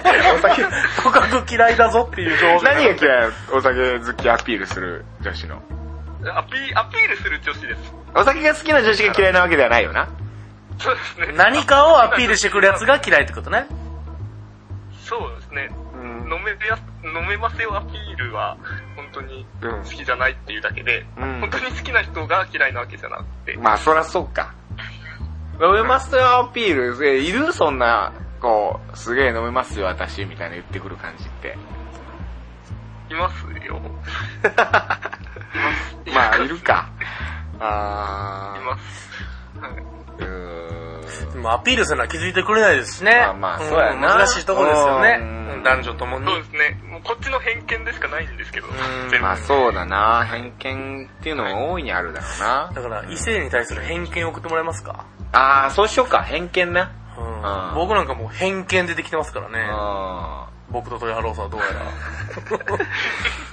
[SPEAKER 2] とかく嫌いだぞっていう情報
[SPEAKER 1] 何が嫌いお酒好きアピールする女子の。
[SPEAKER 3] アピアピールする女子です。
[SPEAKER 1] お酒が好きな女子が嫌いなわけではないよな。
[SPEAKER 3] そうですね。
[SPEAKER 2] 何かをアピールしてくるやつが嫌いってことね。
[SPEAKER 3] そうですね。
[SPEAKER 1] うん。
[SPEAKER 3] 飲めや飲めますよアピールは、本当に好きじゃないっていうだけで、
[SPEAKER 1] うん
[SPEAKER 3] 本当に好きな人が嫌いなわけじゃなくて、
[SPEAKER 1] まあそらそうか。飲めますよアピール、えいるそんな、こう、すげえ飲めますよ私、みたいな言ってくる感じって。
[SPEAKER 3] いますよ。
[SPEAKER 1] まあ、いるか。あ
[SPEAKER 3] い
[SPEAKER 1] ー。
[SPEAKER 3] ます。はい。
[SPEAKER 1] うーん
[SPEAKER 2] でもアピールするのは気づいてくれないですしね。
[SPEAKER 1] まあまあそうやなん
[SPEAKER 2] 難しいとこですよね
[SPEAKER 1] う。ん
[SPEAKER 2] 男女ともに
[SPEAKER 3] そう。ですね。もうこっちの偏見でしかないんですけど、
[SPEAKER 2] ん
[SPEAKER 3] 全部。
[SPEAKER 1] まあそうだな偏見っていうのも大いにあるだろうな。
[SPEAKER 2] だから異性に対する偏見を送ってもらえますか、
[SPEAKER 1] あー、そうしようか、偏見な。
[SPEAKER 2] うん
[SPEAKER 1] うん
[SPEAKER 2] 僕なんかもう偏見出てきてますから
[SPEAKER 1] う
[SPEAKER 2] ね。
[SPEAKER 1] ん。
[SPEAKER 2] 僕とトヨハローさんはどうや
[SPEAKER 1] <laughs>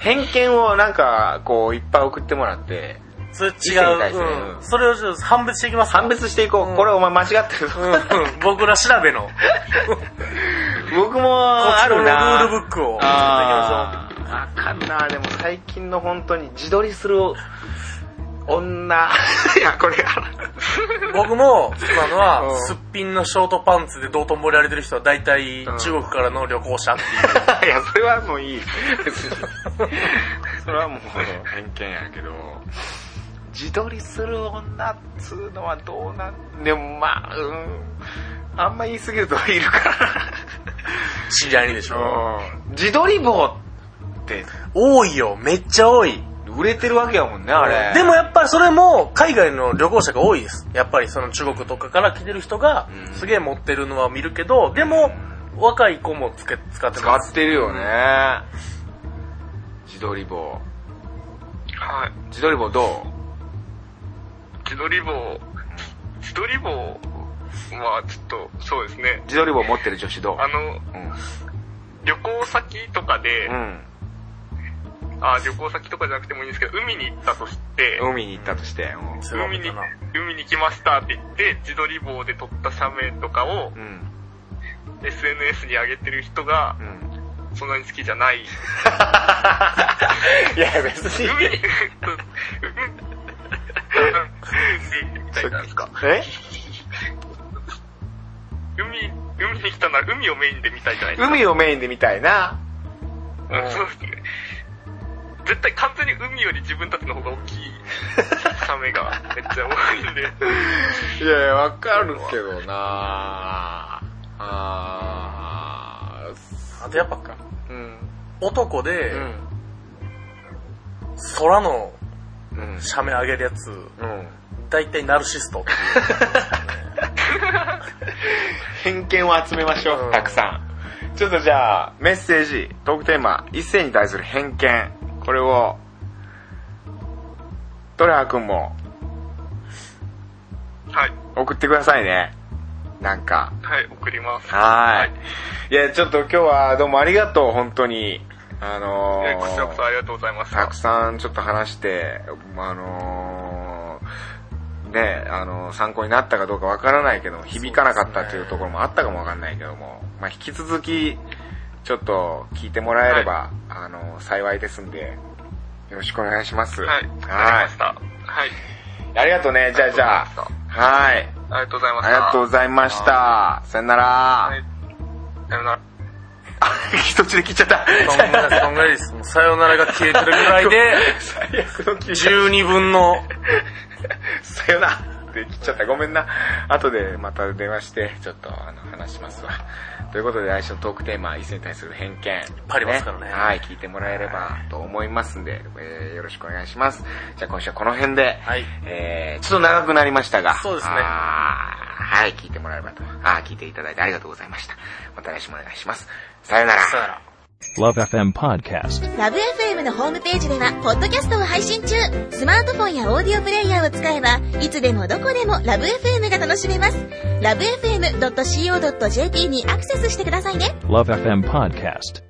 [SPEAKER 1] 偏見をなんか、こう、いっぱい送ってもらって、
[SPEAKER 2] ら。それ違
[SPEAKER 1] 異性に対する
[SPEAKER 2] う。
[SPEAKER 1] う
[SPEAKER 2] うん。
[SPEAKER 1] ん
[SPEAKER 2] それをちょっと判別していきますか
[SPEAKER 1] 判別していこう。
[SPEAKER 2] うん
[SPEAKER 1] これお前間違ってるぞ。
[SPEAKER 2] うんうん。僕ら調
[SPEAKER 1] <laughs>
[SPEAKER 2] べの。
[SPEAKER 1] 僕もあるな
[SPEAKER 2] こっちのルールブックを。
[SPEAKER 1] あーあかんなでも最近の本当に自撮りする
[SPEAKER 2] <laughs>
[SPEAKER 1] 女。いや、これ
[SPEAKER 2] 僕も、今の
[SPEAKER 1] う
[SPEAKER 2] は、
[SPEAKER 1] ん
[SPEAKER 2] すっぴんのショートパンツで道頓堀られてる人は大体中国からの旅行者っていう。
[SPEAKER 1] <laughs> いや、それはもういい。別にそれはもう偏見やけど、自撮りする女っつうのはどうなんでもまあ、うん、あんま言い過ぎるといるか
[SPEAKER 2] 知り合いにでしょ。
[SPEAKER 1] ら。自撮り棒って
[SPEAKER 2] 多いよ、めっちゃ多い。
[SPEAKER 1] 売れてるわけやもんね、あれ。
[SPEAKER 2] でもやっぱりそれも海外の旅行者が多いです。やっぱりその中国とかから来てる人が
[SPEAKER 1] うん
[SPEAKER 2] すげえ持ってるのは見るけど、でも若い子もつけ使って
[SPEAKER 1] 使
[SPEAKER 2] ます。
[SPEAKER 1] ってるよね。自撮り棒。
[SPEAKER 3] はい。
[SPEAKER 1] 自撮り棒ど
[SPEAKER 3] 自撮り棒、自撮り棒はちょっと、そうですね
[SPEAKER 1] う。自撮り棒持ってる女子どう
[SPEAKER 3] あの、
[SPEAKER 1] うん。
[SPEAKER 3] 旅行先とかで、
[SPEAKER 1] うん。
[SPEAKER 3] あ旅行先とかじゃなくてもいいんですけど、海に行ったとして、
[SPEAKER 1] 海に行ったとして。うん
[SPEAKER 2] そう
[SPEAKER 3] 海に
[SPEAKER 2] だな、
[SPEAKER 3] 海に来ましたって言って、自撮り棒で撮った写メとかを
[SPEAKER 1] うん。
[SPEAKER 3] SNS に上げてる人が
[SPEAKER 1] う、ん。
[SPEAKER 3] そんなに好きじゃない。
[SPEAKER 1] いや、別に。 <laughs>
[SPEAKER 3] 海に、海みたいなんですか。
[SPEAKER 1] え
[SPEAKER 3] 海、海に来たなら海をメインで見たいじゃないですか。
[SPEAKER 1] 海をメインで見たいな。
[SPEAKER 3] うんそうですね。絶対完全に海より自分たちの方が大きいサメがめっちゃ多
[SPEAKER 1] <laughs>
[SPEAKER 3] いんで。
[SPEAKER 1] いやいや、わかるけどなあ
[SPEAKER 2] あとやっぱ
[SPEAKER 1] ーうん。
[SPEAKER 2] 男で
[SPEAKER 1] うん。
[SPEAKER 2] 空の
[SPEAKER 1] うん。
[SPEAKER 2] 写メ上げるやつ、
[SPEAKER 1] うん。
[SPEAKER 2] 大体ナルシストっていう。
[SPEAKER 1] 偏見を集めましょ
[SPEAKER 2] う
[SPEAKER 1] う、
[SPEAKER 2] ん
[SPEAKER 1] たくさん。ちょっとじゃあ、メッセージ、トークテーマ、一世に対する偏見。これを、トレハ君も
[SPEAKER 3] はい。
[SPEAKER 1] 送ってくださいね。なんか。
[SPEAKER 3] はい、送ります。
[SPEAKER 1] はーい。いや、ちょっと今日はどうもありがとう、本当に。あの
[SPEAKER 3] え
[SPEAKER 1] ー、
[SPEAKER 3] こちらこそありがとうございました
[SPEAKER 1] たく。さんちょっと話して、まああのーね、あのー参考になったかどうかわからないけども、響かなかったというところもあったかもわかんないけども、まあ、引き続き、ちょっと聞いてもらえれば、あのー幸いですんで、よろしくお願いします。
[SPEAKER 3] はい、わかりました。はい。
[SPEAKER 1] ありがとうね、じゃあじゃあ
[SPEAKER 3] ありがとうございまし、
[SPEAKER 1] はい。
[SPEAKER 3] たありがとうございま
[SPEAKER 1] あ
[SPEAKER 3] した。
[SPEAKER 1] りがとうございました。さよなら。 <laughs>
[SPEAKER 3] はい。さよなら。
[SPEAKER 1] 一口で切っちゃった。
[SPEAKER 2] そんな、そんぐらいです。 <laughs> もうさよならが消えてるぐらいで、
[SPEAKER 1] 最悪の切り方
[SPEAKER 2] 12分の、
[SPEAKER 1] さよならって切っちゃった。ごめんな。後でまた電話して、ちょっとあの話しますわ。ということで、来週のトークテーマ、異性に対する偏見。いっ
[SPEAKER 2] ぱいありますからね
[SPEAKER 1] はい、聞いてもらえればと思いますんで、えーよろしくお願いします。じゃあ今週はこの辺で、
[SPEAKER 2] はい
[SPEAKER 1] えー、ちょっと長くなりましたが、
[SPEAKER 2] そうですね
[SPEAKER 1] あーはい、聞いてもらえればと。あー聞いていただいてありがとうございました。また来週もお願いします。さよなら。
[SPEAKER 2] さよなら。
[SPEAKER 6] Love FM Podcast.
[SPEAKER 7] ラブ f m のホームページではポッドキャストを配信中スマートフォンやオーディオプレイヤーを使えばいつでもどこでもラブ f m が楽しめますラブ FM.co.jp にアクセスしてくださいね
[SPEAKER 6] Love FM Podcast.